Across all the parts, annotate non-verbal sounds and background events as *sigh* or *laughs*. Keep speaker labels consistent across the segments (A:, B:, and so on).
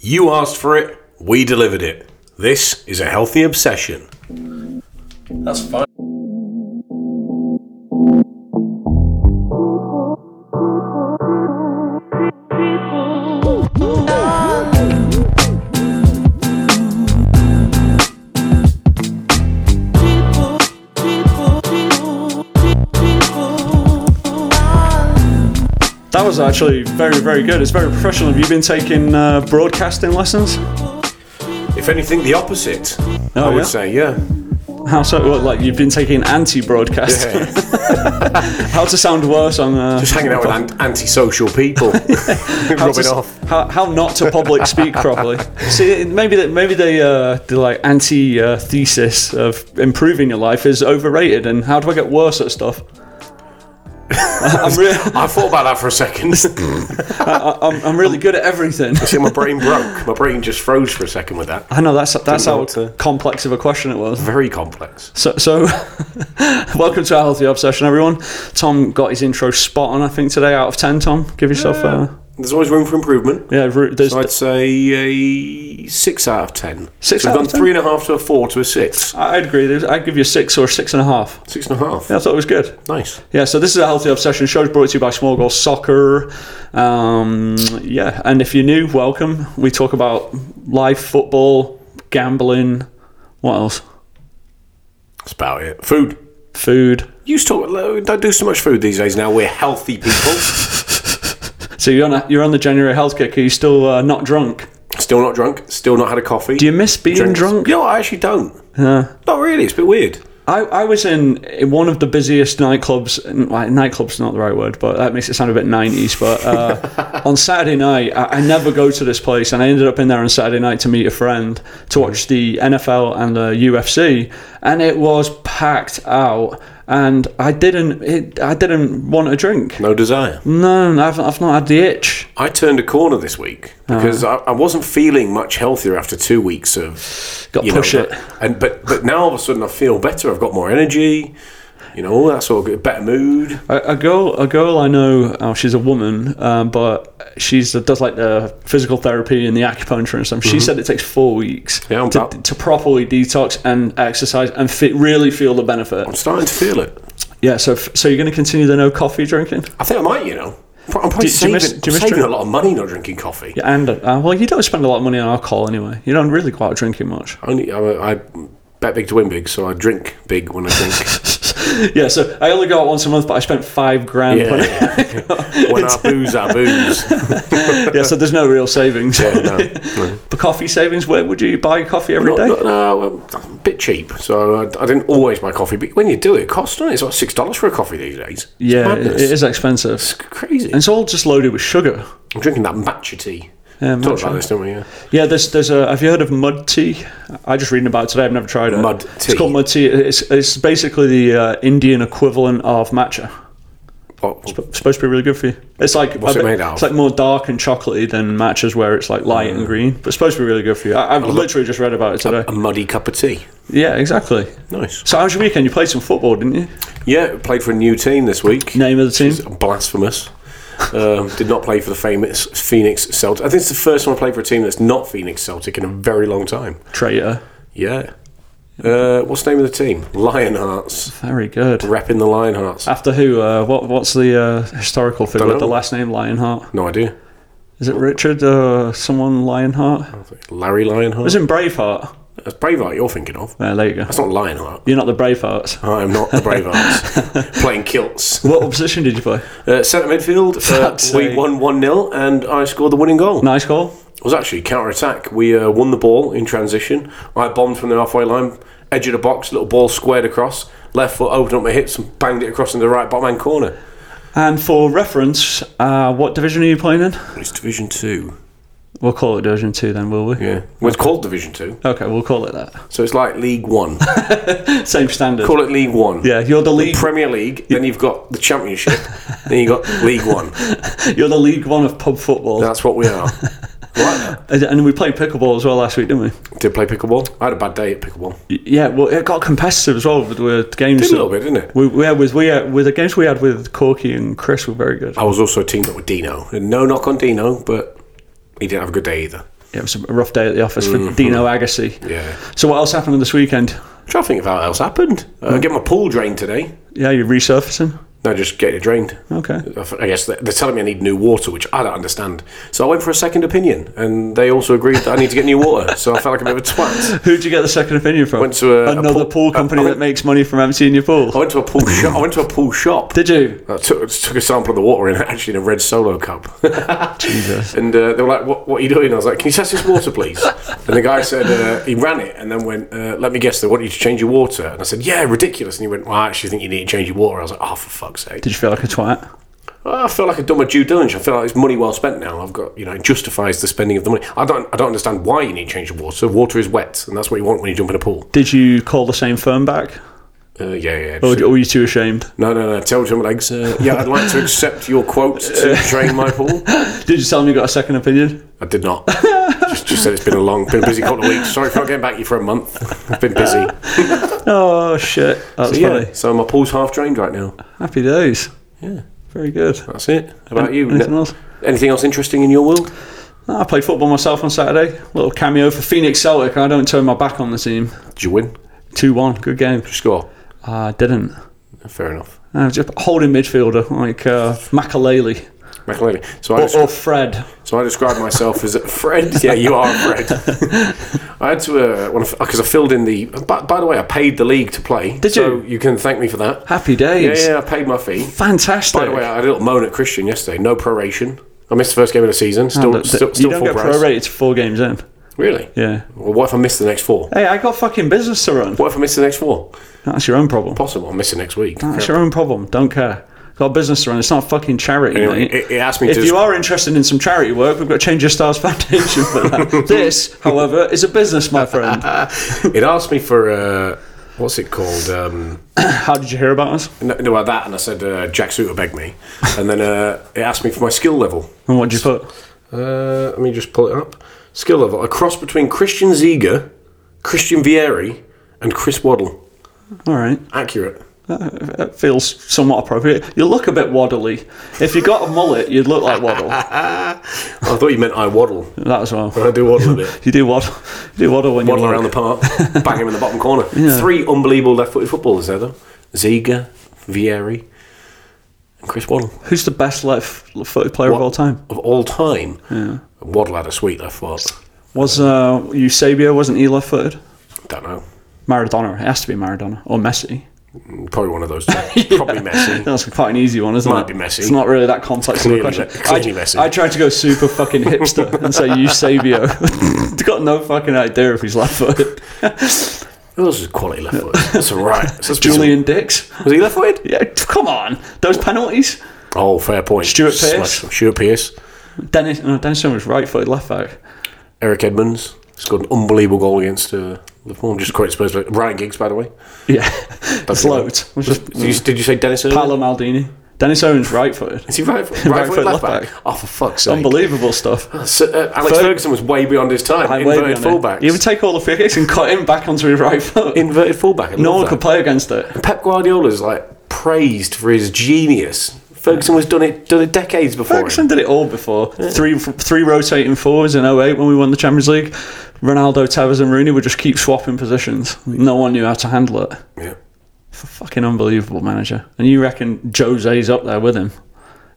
A: You asked for it, we delivered it. This is a healthy obsession.
B: That's fine.
C: That was actually very, very good. It's very professional. Have you been taking uh, broadcasting lessons?
A: If anything, the opposite. I
C: Oh,
A: would
C: yeah?
A: say, yeah.
C: How so? What, like you've been taking anti-broadcast? How to sound worse on
A: *laughs*
C: uh,
A: Just hanging out with an- antisocial people,
C: how
A: rubbing
C: to,
A: off.
C: How, how not to
A: *laughs*
C: public speak properly? See, maybe that maybe the uh, the like anti uh, thesis of improving your life is overrated. And how do I get worse
A: *laughs*
C: at stuff? I'm, re-
A: I thought about that for a second. *laughs*
C: I'm, I'm really good at everything.
A: See, my brain broke. My brain just froze for a second with that.
C: I know that's that's
A: know
C: how
A: what to-
C: complex of a question it was.
A: Very complex.
C: So, so *laughs* welcome to our healthy obsession, everyone. Tom got his intro spot on, I think, today. Out of ten, Tom, give yourself a
A: There's always room for improvement.
C: yeah. ru- There's
A: I'd say a six out of ten.
C: Six
A: so
C: out
A: we've
C: of
A: gone three and a half to a four to a six.
C: I- I'd agree. There's, I'd give you a six or a six and a half.
A: Six and a half.
C: Yeah, I thought it was good.
A: Nice.
C: Yeah, so this is a healthy obsession show brought to you by Small Goal Soccer. Um, yeah, and if you're new, welcome. We talk about live football, gambling, what else?
A: That's about it. Food.
C: *laughs* Food.
A: You still don't do so much food these days. Now we're healthy people.
C: So you're on a, you're on the January health kick. Are you still uh, not drunk?
A: still not drunk. Still not had a coffee.
C: Do you miss being drunk?
A: No, I actually don't. Not really. It's a bit weird.
C: I, I was in one of the busiest nightclubs. n- Like, nightclub's not the right word, but that makes it sound a bit 90s.
A: *laughs*
C: But uh, on Saturday night, I, I never go to this place, and I ended up in there on Saturday night to meet a friend to watch the NFL and the UFC, and it was packed out. And I didn't, it, I didn't want a drink.
A: No desire.
C: No, I've, I've not had the itch.
A: I turned a corner this week because
C: Uh-huh.
A: I, I wasn't feeling much healthier after two weeks of
C: Got
A: you
C: push
A: know,
C: it.
A: but- and but but now all of a sudden I feel better. I've got more energy. You know, all that sort of good, better mood.
C: A, a girl, a girl I know. Oh, she's a woman, um, but she's uh, does like the physical therapy and the acupuncture and stuff. She said it takes four weeks
A: Mm-hmm. Yeah, I'm
C: to,
A: about-
C: to properly detox and exercise and fit, really feel the benefit.
A: I'm starting to feel it.
C: Yeah, so f- so you're going to continue the no coffee drinking
A: I think I might. You know, I'm probably
C: Do- do you
A: saving,
C: miss- do you miss
A: saving
C: drink-
A: a lot of money not drinking coffee.
C: Yeah, and uh, well, you don't spend a lot of money on alcohol anyway. You don't really go out
A: *laughs*
C: drinking much.
A: Only I, I bet big to win big, so I drink big when I
C: *laughs*
A: drink.
C: Yeah, so I only go out once a month, but I spent five grand.
A: yeah,
C: on it.
A: yeah. when I booze, I booze.
C: yeah, so there's no real savings.
A: Yeah,
C: *laughs*
A: no,
C: but coffee savings, where would you buy coffee every
A: Not-
C: day?
A: not- no, I'm a bit cheap, so I, I didn't always buy coffee. But when you do, it costs, doesn't it? It's like six dollars for a coffee these days. It's
C: yeah, it,
A: madness.
C: it is expensive.
A: It's crazy.
C: And it's all just loaded with sugar.
A: I'm drinking that matcha tea.
C: Yeah,
A: Talked
C: matcha.
A: about this, didn't we? Yeah.
C: Yeah, there's there's a. Have you heard of mud tea? I just reading about it today. I've never tried it.
A: Mud
C: It's
A: tea.
C: called mud tea. It's it's basically the uh, Indian equivalent of matcha.
A: What,
C: It's supposed to be really good for you. It's like a
A: What's it
C: bit-
A: made out
C: It's
A: of? Mm.
C: like more dark and chocolatey than matchas, where it's like light and green. But it's supposed to be really good for you. I, I've literally just read about it today.
A: a muddy cup of tea.
C: yeah, exactly.
A: Nice.
C: So how was your weekend? You played some football, didn't you?
A: Yeah, played for a new team this week.
C: Name of the team?
A: Which is Blasphemous. um, did not play for the famous Phoenix Celtic. I think it's the first time I played for a team that's not Phoenix Celtic in a very long time.
C: Traitor.
A: Yeah. Uh, what's the name of the team? Lionhearts.
C: Very good.
A: Repping the Lionhearts.
C: After who? Uh, what what's the uh, historical figure
A: Dunno.
C: with the last name Lionheart?
A: No idea.
C: Is it Richard? Uh, someone Lionheart?
A: Larry Lionheart.
C: was in Braveheart.
A: That's Braveheart you're thinking of.
C: There, there you go.
A: That's not Lionheart.
C: You're not the Bravehearts.
A: I am not the *laughs* Bravehearts. Playing kilts.
C: What position did you play?
A: Uh, centre midfield.
C: Fuck's
A: Uh, we
C: sake.
A: won 1 0 and I scored the winning goal.
C: Nice goal.
A: It was actually counter attack. We uh, won the ball in transition. I bombed from the halfway line, edge of the box, little ball squared across. Left foot opened up my hips and banged it across into the right bottom hand corner.
C: And for reference, uh, what division are you playing in?
A: It's Division 2.
C: We'll call it Division Two, then, will we?
A: Yeah. Well, it's called Division 2.
C: Okay, we'll call it that.
A: So it's like League *laughs* 1.
C: Same standard.
A: Call it League 1.
C: yeah, you're the league.
A: Premier League, then you've got the Championship, then you've got League One.
C: You're the League One of pub football.
A: That's what we are. Right.
C: And- And we played pickleball as well last week, didn't we?
A: Did play pickleball. I had a bad day at pickleball.
C: Y- Yeah, well, it got competitive as well with, with games.
A: Did a
C: that-
A: little bit, didn't it?
C: We, we had with we had, with the games we had with Corky and Chris were very good.
A: I was also teamed up with Dino. And no knock on Dino, but he didn't have a good day either.
C: it was a rough day at the office for Dino Agassi.
A: Mm-hmm. Yeah.
C: So what else happened this weekend?
A: trying to think of how else happened. Uh, I get my pool drained today.
C: Yeah, you're resurfacing.
A: No, just get it drained.
C: Okay.
A: I guess they're they're telling me I need new water, which I don't understand. So I went for a second opinion, and they also agreed that I need to get new water. So I felt like a bit of a twat.
C: Who'd you get the second opinion from?
A: Went to a- a
C: another
A: pool- Oh.
C: pool company
A: I went-
C: that makes money from emptying your pool.
A: I went to a pool shop. I went to a pool shop.
C: Did you?
A: I took, took a sample of the water in *laughs* actually in a red solo cup.
C: Jesus.
A: And uh, they were like, what, what are you doing? I was like, Can you test this water, please? and the guy said, uh, He ran it and then went, uh, Let me guess, they want you to change your water. And I said, Yeah, ridiculous. And he went, Well, I actually think you need to change your water. I was like, Oh, for fuck's sake.
C: Did you feel like a twat?
A: Well, I feel like I've done my due diligence. I feel like it's money well spent now. I've got, you know, it justifies the spending of the money. I don't, I don't understand why you need to change the water. Water is wet, and that's what you want when you jump in a pool.
C: Did you call the same firm back?
A: Uh, yeah, yeah.
C: Or,
A: just-
C: or were you too ashamed?
A: no, no, no. Tell Jim Legs. Uh, yeah, I'd like to accept your quote to drain my pool.
C: Did you tell them you got a second opinion?
A: I did not. just, just said it's been a long, been a busy couple of weeks. Sorry for not getting back to you for a month. I've been busy.
C: Oh, shit. *laughs* That's funny.
A: Yeah. So my pool's half drained right now.
C: Happy days.
A: Yeah.
C: Very good.
A: That's it. How about you?
C: Anything
A: Ne-
C: else?
A: Anything else interesting in your world?
C: No, I played football myself on Saturday. Little cameo for Phoenix Celtic. I don't turn my back on the team.
A: Did you win?
C: 2 1. Good game.
A: Did you score?
C: I didn't.
A: Fair enough.
C: I was just holding midfielder like uh, Makaleli
A: McAlealy. So I
C: or,
A: just-
C: or Fred.
A: So I describe myself as Fred. *laughs* Yeah, you are Fred.
C: *laughs*
A: I had to uh, because I filled in the. By, by the way, I paid the league to play.
C: Did
A: so
C: you?
A: You can thank me for that.
C: Happy
A: Yeah,
C: days.
A: yeah, I paid my fee.
C: Fantastic.
A: By the way, I had a little moan at Christian yesterday. No proration. I missed the first game of the season.
C: Oh,
A: Still,
C: look,
A: still,
C: you
A: still
C: don't
A: full
C: get
A: price.
C: prorated to four games in.
A: Really?
C: Yeah.
A: Well, what if I miss the next four?
C: Hey, I got fucking business to run.
A: What if I miss the next four?
C: That's your own problem.
A: Possible. I'll miss it next week.
C: That's your own problem. Don't care. Got a business to run. It's not fucking charity,
A: Anyway,
C: mate.
A: it- it asked me
C: if
A: to-
C: you are interested in some charity work, we've got Change Your Stars *laughs* Foundation for that.
A: *laughs*
C: this, however, is a business, my friend.
A: It asked me for uh, what's it called? Um,
C: How did you hear about us?
A: no, no, that, and I said uh, Jack Suter begged me, and then uh, it asked me for my skill level.
C: And what did you put?
A: Uh, let me just pull it up. Skill level: a cross between Christian Ziga, Christian Vieri, and Chris Waddle.
C: All right.
A: Accurate.
C: That feels somewhat appropriate. You look a bit waddly. If you got a mullet, you'd look like waddle.
A: I thought you meant I waddle.
C: That as well.
A: I do waddle a bit.
C: You do waddle. *laughs* You do waddle when
A: Waddle
C: you
A: around the park,
C: *laughs*
A: bang him in the bottom corner. Three unbelievable left-footed footballers there, though: Ziga, Vieri, and Chris Waddle.
C: Who's the best left-footed player of all time?
A: Of all time, Waddle had a sweet left foot.
C: Was uh, Eusebio? Wasn't he left-footed?
A: Don't know.
C: Maradona. It has to be Maradona or Messi.
A: Probably one of
C: *laughs*
A: those. Two. Probably Messi.
C: That's quite an easy one, isn't
A: Might
C: it?
A: be messy.
C: It's not really that complex of a
A: Clearly
C: question.
A: me- clearly
C: I,
A: messy.
C: I tried to go super fucking hipster and say Eusebio. *laughs* Got no fucking idea if he's left footed.
A: Who else is quality left foot?
C: *laughs*
A: That's all right. That's just-
C: Julian Dix.
A: was he left-footed?
C: Yeah, t- come on. Those penalties.
A: Oh, fair point.
C: Stuart Pearce.
A: Smash- Stuart Pearce.
C: Dennis, no, Dennis Jones was right footed, left back.
A: Eric Edmonds scored an unbelievable goal against uh, Liverpool. I'm just quite Spurs. but- Ryan Giggs, by the way.
C: Yeah,
A: That's
C: it's
A: all right.
C: loads. It was just
A: Did you, did you say Dennis Irwin?
C: Paolo Maldini. Dennis Owens *laughs* right footed.
A: Is he right, right, right foot,
C: foot,
A: left
C: left
A: back? Oh, for fuck's sake.
C: Unbelievable stuff.
A: So, uh, Alex
C: Fer-
A: Ferguson was way beyond his time.
C: I'm
A: Inverted
C: waving on it.
A: fullback.
C: He would take all the free kicks and cut him back onto his right foot.
A: Inverted fullback. I
C: no
A: love
C: one
A: that.
C: could play against it.
A: Pep Guardiola's like praised for his genius. Ferguson was done it done it decades before.
C: Ferguson
A: Him.
C: did it all before. Three three rotating forwards in 08 when we won the Champions League. Ronaldo, Tevez, and Rooney would just keep swapping positions. No one knew how to handle it.
A: Yeah.
C: F- fucking unbelievable manager. And you reckon Jose's up there with him?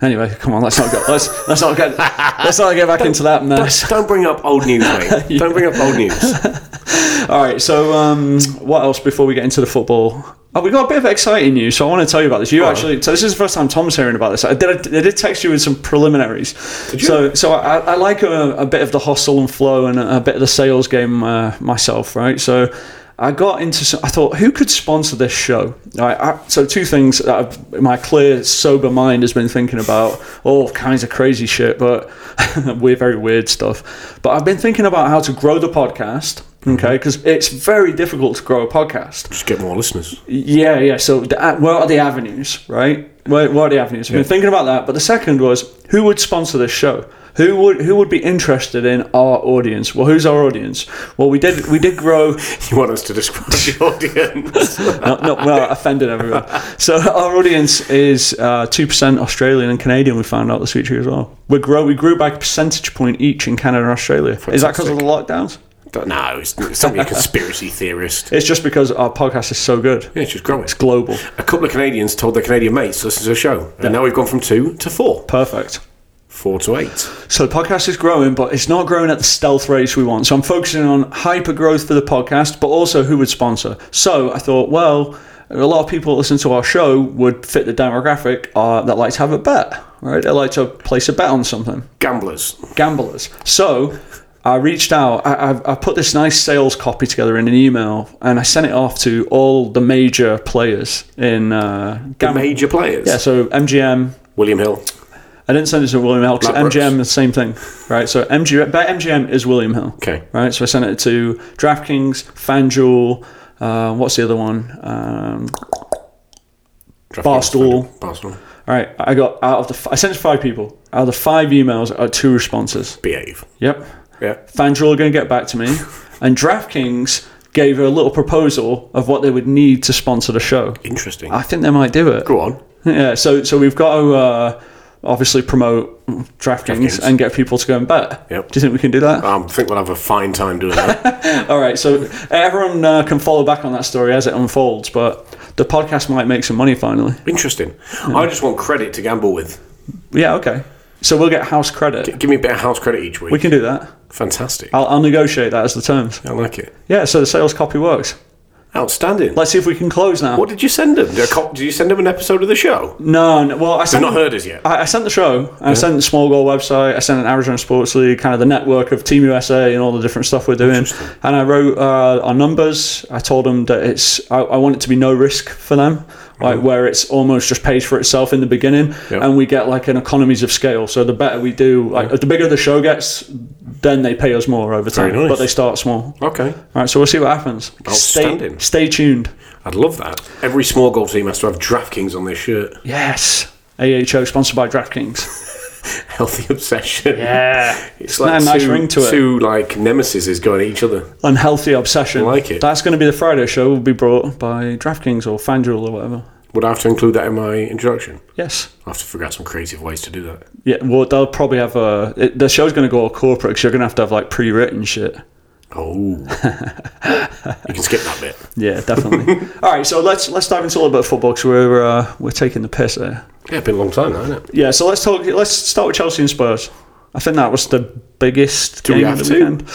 C: Anyway, come on, let's not get let's let's not
A: *laughs*
C: get let's not get back into that mess.
A: Don't bring up old news, *laughs* mate. Don't bring up old news.
C: All right, so um, what else before we get into the football? Oh, we got a bit of exciting news, so I want to tell you about this. You actually, so this is the first time Tom's hearing about this. I did, I did text you with some preliminaries.
A: Did you?
C: So, so I, I like a, a bit of the hustle and flow and a, a bit of the sales game uh, myself, right? So. I got into. Some, I thought, who could sponsor this show? All right, I, so two things that I've, my clear, sober mind has been thinking about all kinds of crazy *laughs* shit, but we're very weird stuff. But I've been thinking about how to grow the podcast Okay, because it's very difficult to grow a podcast.
A: Just get more listeners.
C: Yeah, yeah. So the, uh, where are the avenues, right? Where, where are the avenues? I've been thinking about that. But the second was who would sponsor this show? Who would who would be interested in our audience? Well, who's our audience? Well, we did we did grow.
A: *laughs* You want us to describe the audience? *laughs*
C: no, no, *laughs* well, offended everyone. So our audience is uh, two percent Australian and Canadian. We found out this week as well. We grow we grew by a percentage point each in Canada and Australia. Is that because of the lockdowns?
A: no, it's, it's not a conspiracy theorist.
C: It's just because our podcast is so good.
A: Yeah, it's just growing.
C: It's global.
A: A couple of Canadians told their Canadian mates to listen to the show, and now we've gone from two to four,
C: Perfect.
A: four to eight.
C: So the podcast is growing, but it's not growing at the stealth rates we want. So I'm focusing on hyper growth for the podcast, but also who would sponsor. So I thought, well, a lot of people that listen to our show would fit the demographic uh, that like to have a bet, right? They like to place a bet on something.
A: Gamblers.
C: gamblers. So I reached out. I, I, I put this nice sales copy together in an email, and I sent it off to all the major players in uh,
A: The
C: gam-
A: major players.
C: Yeah, so MGM.
A: William Hill.
C: I didn't send it to William Hill because
A: Ladbrokes.
C: MGM is the same thing, right? So MGM, bet MGM is William Hill.
A: Okay.
C: Right. So I sent it to DraftKings, FanDuel. Uh, what's the other one? Um, Barstool.
A: Barstool.
C: all right. I got out of the. f- I sent it to five people. Out of the five emails, uh, two responses.
A: Behave.
C: Yep.
A: Yeah.
C: FanDuel are going to get back
A: *laughs*
C: to me. and DraftKings gave a little proposal of what they would need to sponsor the show.
A: Interesting.
C: I think they might do it.
A: Go on.
C: Yeah, so so we've got to uh, obviously promote DraftKings,
A: DraftKings.
C: and get people to go and bet.
A: Yep.
C: Do you think we can do that?
A: Um, I think we'll have a fine time doing
C: *laughs*
A: that.
C: All right, so everyone uh, can follow back on that story as it unfolds, but the podcast might make some money finally.
A: Interesting. I just want credit to gamble with.
C: Yeah, okay. So we'll get house credit.
A: Give me a bit of house credit each week.
C: we can Uh, do that.
A: Fantastic.
C: I'll, I'll negotiate that as the terms.
A: I like it.
C: Yeah, so the sales copy works.
A: Outstanding.
C: Let's see if we can close now.
A: what did you send them? Did, a cop- did you send them an episode of the show?
C: No, no well, I
A: I've
C: sent
A: not heard us yet.
C: I, I sent the show. I sent the small goal website. I sent an Arizona Sports League, kind of the network of Team USA and all the different stuff we're doing. And I wrote uh, our numbers. I told them that it's. I, I want it to be no risk for them, like where it's almost just pays for itself in the beginning,
A: Mm-hmm. Yeah.
C: and we get like an economies of scale. So the better we do, like the bigger the show gets, then they pay us more over time.
A: nice.
C: But they start small.
A: Okay.
C: All right, so we'll see what happens. Stay,
A: Outstanding.
C: stay tuned.
A: I'd love that. Every small goal team has to have DraftKings on their shirt. *laughs*
C: Yes. AHO sponsored by DraftKings.
A: Healthy obsession.
C: Yeah.
A: It's
C: Isn't
A: like
C: that a nice
A: two,
C: ring to it?
A: Two like nemesis is going at each other.
C: unhealthy obsession.
A: I like it.
C: That's going to be the Friday show. Will be brought by DraftKings or FanDuel or whatever.
A: Would I have to include that in my introduction?
C: Yes.
A: I have to figure out some creative ways to do that.
C: Yeah. Well, they'll probably have a. It, the show's going to go all corporate because you're going to have to have like pre-written shit.
A: Oh, you can skip that bit.
C: Yeah, definitely.
A: *laughs*
C: all right, so let's let's dive into a little bit of football because we're uh, we're taking the piss there.
A: Yeah, it's been a long time, now, hasn't it?
C: Yeah. So let's talk. Let's start with Chelsea and Spurs. I think that was the biggest
A: we
C: game
A: have
C: of the
A: to?
C: weekend.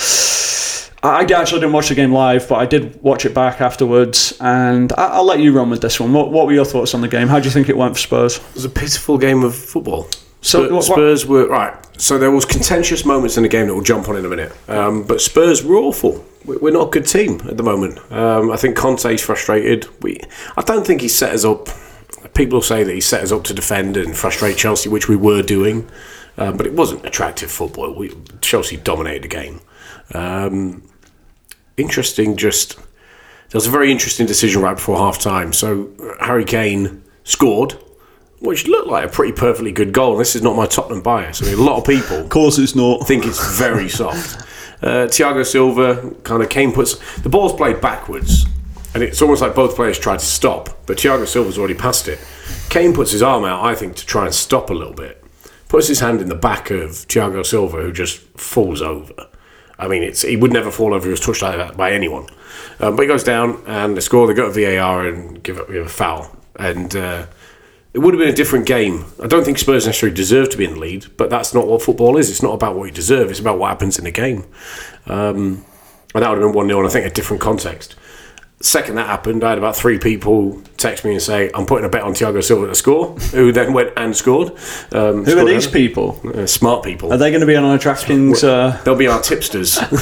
C: I I actually didn't watch the game live, but I did watch it back afterwards. And I, I'll let you run with this one. What, what were your thoughts on the game? How do you think it went for Spurs?
A: It was a pitiful game of football.
C: So
A: Spur-
C: what- what-
A: Spurs were right. So there was contentious moments in the game that we'll jump on in a minute. Um, but Spurs were awful. We- We're not a good team at the moment. Um, I think Conte's frustrated. We, I don't think he set us up. People say that he set us up to defend and frustrate Chelsea, which we were doing, um, but it wasn't attractive football. We, Chelsea dominated the game. Um, interesting, just there was a very interesting decision right before half time. So uh, Harry Kane scored, which looked like a pretty perfectly good goal. This is not my Tottenham bias. I mean, a lot of people
C: course it's not.
A: think it's very soft. Uh, Thiago Silva kind of came puts the ball's played backwards, and it's almost like both players tried to stop, but Thiago Silva's already passed it. Kane puts his arm out, I think, to try and stop a little bit. Puts his hand in the back of Thiago Silva, who just falls over. I mean, it's he would never fall over. He was touched like that by anyone, um, but he goes down and they score. They go to VAR and give up give a foul, and uh, it would have been a different game. I don't think Spurs necessarily deserve to be in the lead, but that's not what football is. It's not about what you deserve. It's about what happens in the game, um, and that would have been one 0 and I think a different context. Second that happened, I had about three people text me and say, "I'm putting a bet on Thiago Silva to score," *laughs* who then went and scored. Um,
C: Who are these people?
A: Uh, smart people.
C: Are they going to be on our DraftKings? *laughs* Uh,
A: They'll be our
C: *laughs*
A: tipsters.
C: for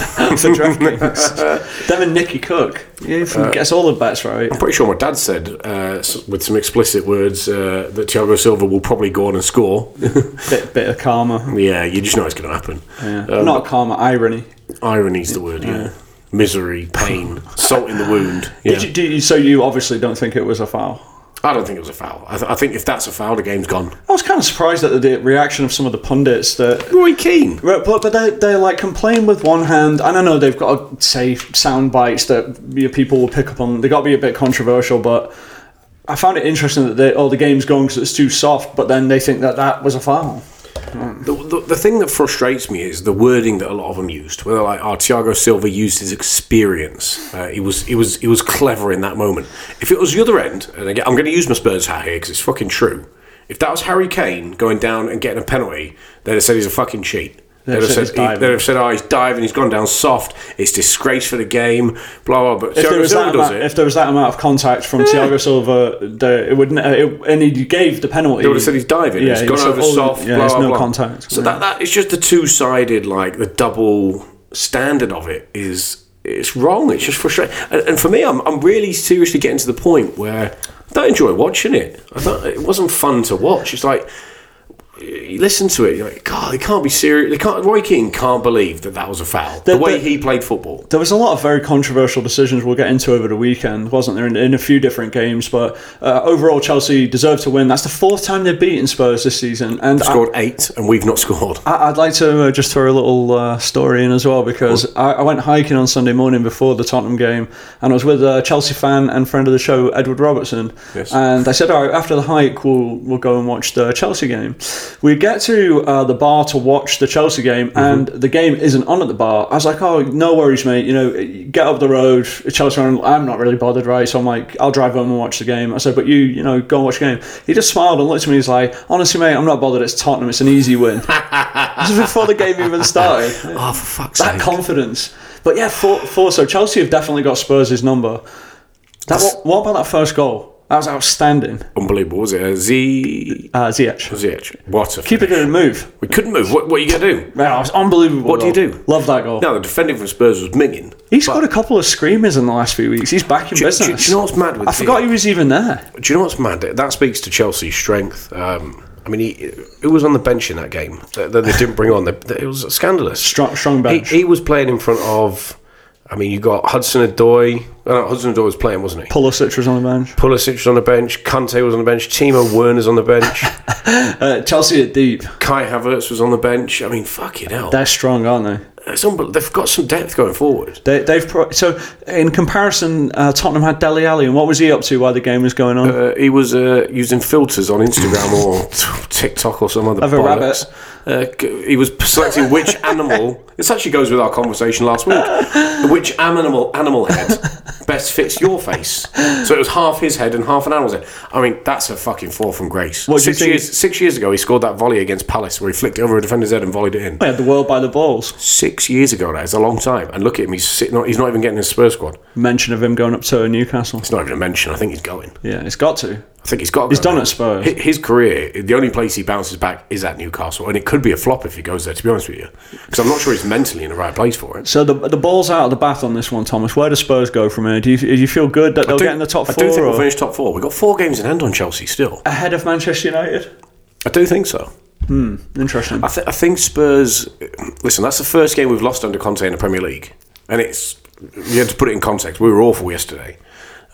C: DraftKings? Them and Nicky Cook. Yeah, uh, if he gets all the bets right.
A: I'm pretty sure my dad said, uh, s- with some explicit words, uh, that Thiago Silva will probably go on and score. *laughs*
C: Bit, bit of karma.
A: yeah, you just know it's going to happen.
C: Yeah. Not karma, irony.
A: Irony's the word, yeah. misery, pain, salt in the wound. Yeah.
C: Did you, do you, so you obviously don't think it was a foul.
A: I don't think it was a foul. I, th- I think if that's a foul, the game's gone.
C: I was kind of surprised at the reaction of some of the pundits that
A: Roy Keane.
C: Right, But, but they, they like complain with one hand, and I know they've got to say sound bites that you know, people will pick up on. They got to be a bit controversial, but I found it interesting that they, oh, the game's going because it's too soft, but then they think that that was a foul.
A: The, the, the thing that frustrates me is the wording that a lot of them used. Where they're like, "Oh, Thiago Silva used his experience. Uh, he was he was he was clever in that moment." If it was the other end, and again, I'm going to use my Spurs hat here because it's fucking true. If that was Harry Kane going down and getting a penalty, they'd have said he's a fucking cheat. They'd, have
C: said
A: said,
C: he's
A: he-
C: diving.
A: they'd have said, "Oh, he's diving. He's gone down soft. It's disgrace for the game." Blah blah. But
C: If there,
A: Thiago
C: was that
A: Silva does
C: amount,
A: it.
C: if there was that amount of contact from Thiago Silva, the, it wouldn't. uh, It, and he gave the penalty. They
A: would have said he's diving. he's gone over soft.
C: "Oh, Yeah,
A: blah,
C: there's
A: blah,
C: no
A: blah.
C: contact.
A: So that, that it's just the two sided, like the double standard of it is it's wrong. It's just frustrating. And, and for me, I'm I'm really seriously getting to the point where I don't enjoy watching it. I thought it wasn't fun to watch. It's like. You listen to it, you're like, God, they can't be serious. They can't. Roy Keane can't believe that that was a foul. The,
C: The-
A: way
C: the-
A: he played football.
C: There was a lot of very controversial decisions we'll get into over the weekend, wasn't there, in, in a few different games? But uh, overall, Chelsea deserved to win. That's the fourth time they've beaten Spurs this season. And I-
A: Scored eight, and we've not *laughs* scored.
C: I, I'd like to uh, just throw a little uh, story in as well because I, I went hiking on Sunday morning before the Tottenham game and I was with a Chelsea fan and friend of the show, Edward Robertson.
A: Yes.
C: And I said, All right, after the hike, we'll, we'll go and watch the Chelsea game. We get to uh, the bar to watch the Chelsea game and the game isn't on at the bar. I was like, Oh, no worries, mate. You know, get up the road, Chelsea are on. I'm not really bothered, right? So I'm like, I'll drive home and watch the game. I said, But you, you know, go and watch the game. He just smiled and looked at me. He's like, Honestly, mate, I'm not bothered. It's Tottenham. It's an easy win. This is before the game even started.
A: *laughs* Oh, for fuck's
C: That confidence. But yeah, four, four. So Chelsea have definitely got Spurs' number. That, what, what about that first goal? That was outstanding.
A: Unbelievable, was it? Uh, Z.
C: Uh, Ziyech.
A: Ziyech. What a.
C: Keeper didn't move.
A: We couldn't move. What, what are you going to do?
C: Man, it was unbelievable.
A: What do you
C: goal.
A: do?
C: Love that goal.
A: No, the defending from Spurs was minging.
C: He's got a couple of screamers in the last few weeks. He's back
A: Do,
C: in
A: do-
C: business.
A: do you know what's mad with
C: I forgot he was even there.
A: Do you know what's mad? That speaks to Chelsea's strength. Um, I mean, he, who was on the bench in that game that, that they didn't bring on? That- that- It was scandalous.
C: Strong, strong bench.
A: He, he was playing in front of. I mean, you got Hudson Adoy. No, Hudson Adoy was playing, wasn't he?
C: Pulisic was on the bench.
A: Pulisic was on the bench. Kante was on the bench. Timo Werner's on the
C: *laughs*
A: bench.
C: Uh, Chelsea are deep.
A: Kai Havertz was on the bench. I mean, fucking hell.
C: They're strong, aren't they?
A: It's unbel- they've got some depth going forward.
C: They, they've pro- so in comparison, uh, Tottenham had Deli Alley, and what was he up to while the game was going on?
A: Uh, he was uh, using filters on Instagram or t- TikTok or some other
C: Of a
A: bollocks. Uh, g- he was p- selecting which animal. *laughs* This actually goes with our conversation last week. Which animal animal head best fits your face? So it was half his head and half an animal's head. I mean, that's a fucking fall from grace.
C: What do you
A: six
C: think-
A: years six years ago, he scored that volley against Palace where he flicked it over a defender's head and volleyed it in.
C: They had the world by the balls.
A: Six years ago, that is a long time. And look at him; he's sitting. On, he's not even getting his Spurs squad.
C: mention of him going up to Newcastle.
A: It's not even a mention. I think he's going.
C: Yeah, it's got to.
A: I think he's got. To
C: He's
A: go
C: done
A: now.
C: at Spurs.
A: Hi- His career, the only place he bounces back is at Newcastle, and it could be a flop if he goes there. To be honest with you, because I'm not sure he's mentally in the right place for it.
C: So the the ball's out of the bath on this one, Thomas. Where do Spurs go from here? Do you, do you feel good that they'll
A: Do-
C: get in the top
A: I
C: four
A: do think
C: or
A: we'll finish top four. We've got four games in hand on Chelsea still.
C: ahead of Manchester United?
A: I do think so.
C: Interesting.
A: I, th- I think Spurs. Listen, that's the first game we've lost under Conte in the Premier League, and it's you had to put it in context. We were awful yesterday.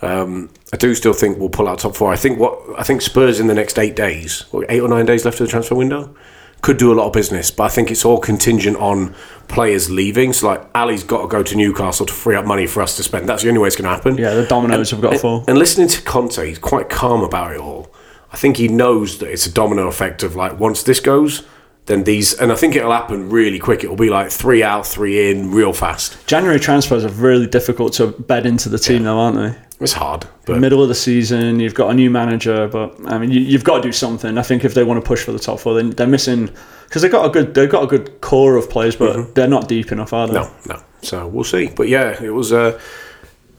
A: Um, I do still think we'll pull out top four. I think what I think Spurs in the next eight days, what, eight or nine days left of the transfer window, could do a lot of business. But I think it's all contingent on players leaving. So like Ali's got to go to Newcastle to free up money for us to spend. That's the only way it's going to happen.
C: Yeah, the dominoes have got to fall.
A: And listening to Conte, he's quite calm about it all. I think he knows that it's a domino effect of like once this goes, then these, and I think it'll happen really quick. It'll be like three out, three in, real fast.
C: January transfers are really difficult to bed into the team, though, aren't they?
A: It's hard, but
C: Middle of the season, you've got a new manager, but I mean, you, you've got to do something. I think if they want to push for the top four, then they're missing because they've got a good they've got a good core of players, but they're not deep enough, are they?
A: Mm-hmm. no, no. So we'll see. But yeah, it was a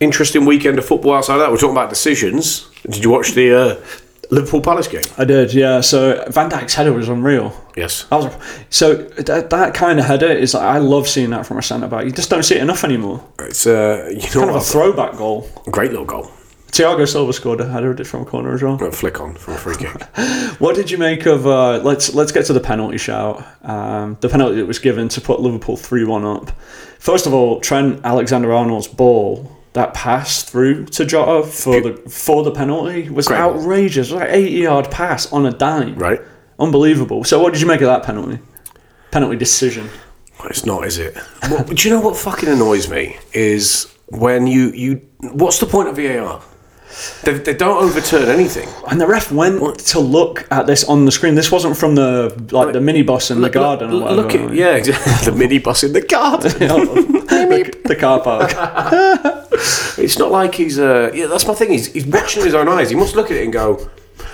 A: interesting weekend of football. Outside of that, we're talking about decisions. Did you watch the uh, Liverpool Palace game?
C: I did, yeah. So Van Dijk's header was unreal.
A: Yes.
C: I was so that, that kind of header is like I love seeing that from a centre back. You just don't see it enough anymore.
A: It's uh, you know
C: Kind of a
A: what?
C: throwback goal.
A: great little goal.
C: Thiago Silva scored a header did from a corner as well.
A: A flick on from a free kick.
C: What did you make of? Uh, let's let's get to the penalty shout. Um, the penalty that was given to put Liverpool three one up. First of all, Trent Alexander Arnold's ball that passed through to Jota for the for the penalty was
A: Great ball.
C: outrageous. It was like eighty yard pass on a dime.
A: Right.
C: Unbelievable. So what did you make of that penalty? Penalty decision.
A: Well, It's not, is it? Well, do you know what fucking annoys me is when you you. What's the point of VAR? They, they don't overturn anything.
C: And the ref went to look at this on the screen. This wasn't from the like the minibus in the garden
A: Look,
C: or whatever.
A: look at
C: *laughs*
A: yeah, *laughs* exactly. the minibus in the garden. *laughs*
C: the, the car park.
A: It's not like he's uh yeah. That's my thing. He's he's watching with his own eyes. He must look at it and go.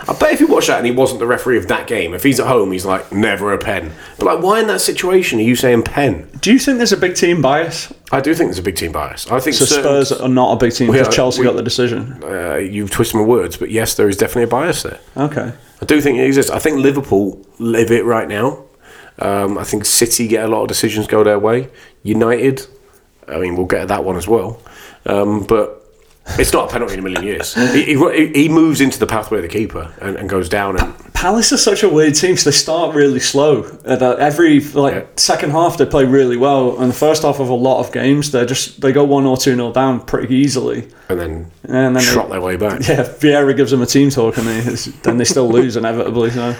A: I bet if he watched that and he wasn't the referee of that game, if he's at home, he's like never a pen. But like, why in that situation are you saying pen?
C: Do you think there's a big team bias?
A: I do think there's a big team bias. I think
C: So
A: certain-
C: Spurs are not a big team
A: We
C: because
A: are-
C: Chelsea
A: we-
C: got the decision.
A: Uh, you've twisted my words, but yes, there is definitely a bias there.
C: Okay.
A: I do think it exists. I think Liverpool live it right now. Um, I think City get a lot of decisions go their way. United, I mean, we'll get at that one as well. Um, but it's not a penalty in a million years.
C: *laughs*
A: He, he, he moves into the pathway of the keeper and, and goes down. And
C: Palace are such a weird team, so they start really slow. And, uh, every like
A: Yeah.
C: second half, they play really well, and the first half of a lot of games, they just they go one or two nil down pretty easily,
A: and then,
C: and then they-
A: trot their way back.
C: *laughs* yeah, Vieira gives them a team talk, and they then they still lose inevitably. So.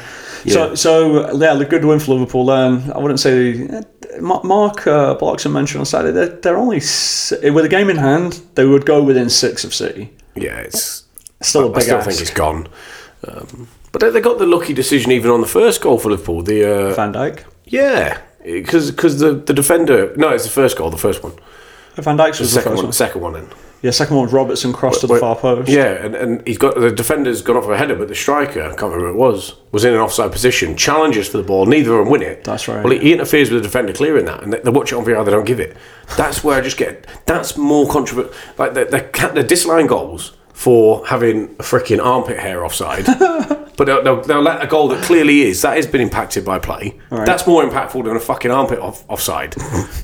C: So,
A: Yeah.
C: so yeah, the good win for Liverpool. Then I wouldn't say eh, Ma- Mark uh, Bloxham mentioned on Saturday they're, they're only s- eh, with a game in hand they would go within six of City.
A: Yeah, it's.
C: Still a big
A: I still
C: ask.
A: think it's gone. Um, but they- they got the lucky decision even on the first goal for Liverpool. The uh,
C: Van Dijk.
A: yeah, because the the defender no, it's the first goal, the first one,
C: Van Dijk's was the
A: second
C: first
A: one,
C: one.
A: second one in.
C: Yeah, second one was Robertson crossed to the
A: Wait,
C: far post.
A: Yeah, and, and he's got the defender's gone off a header, but the striker, I can't remember who it was, was in an offside position, challenges for the ball, neither of them win it.
C: That's right.
A: Well, he, he interferes with the defender clearing that, and they, they watch it on VR, they don't give it. That's where I just get that's more controversial. Like, they're, they're, ca- they're disallowing goals for having a freaking armpit hair
C: *laughs*
A: offside. But they'll, they'll, they'll let a goal that clearly is that has been impacted by play. That's more impactful than a fucking armpit off,
C: *laughs*
A: offside.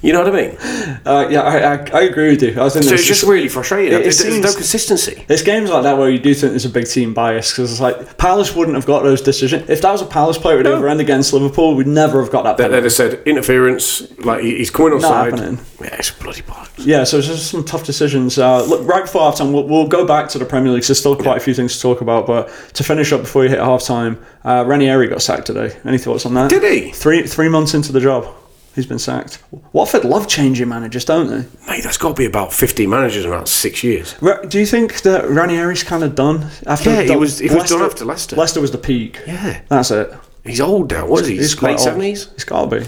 A: you know what I mean?
C: Uh, yeah, I, I, I agree with you. I think
A: So
C: there's
A: it's just really frustrating.
C: it
A: There's-
C: seems-
A: there's no consistency.
C: there's games like that where you do think there's a big team bias because it's like Palace wouldn't have got those decisions if that was a Palace player at the other end against Liverpool. We'd never have got that.
A: They'd
C: penalty.
A: have said interference, like he- he's coming offside.
C: happening.
A: Yeah, it's bloody bollocks.
C: Yeah, so it's just some tough decisions. Uh, look, right before halftime, we'll, we'll go back to the Premier League. 'cause There's still quite a few things to talk about, but to finish up before you hit halftime, uh, Ranieri got sacked today. Any thoughts on that?
A: Did he?
C: Three three months into the job, he's been sacked. Watford love changing managers, don't they?
A: Mate, that's got to be about 50 managers in about six years.
C: Ra- Do you think that Ranieri's kind of done after?
A: Yeah, he
C: the-
A: was- he was done after Leicester.
C: Leicester was the peak.
A: Yeah.
C: that's it.
A: He's old now, what is he?
C: He's
A: He's
C: quite
A: late
C: old.
A: 70s?
C: He's got to be.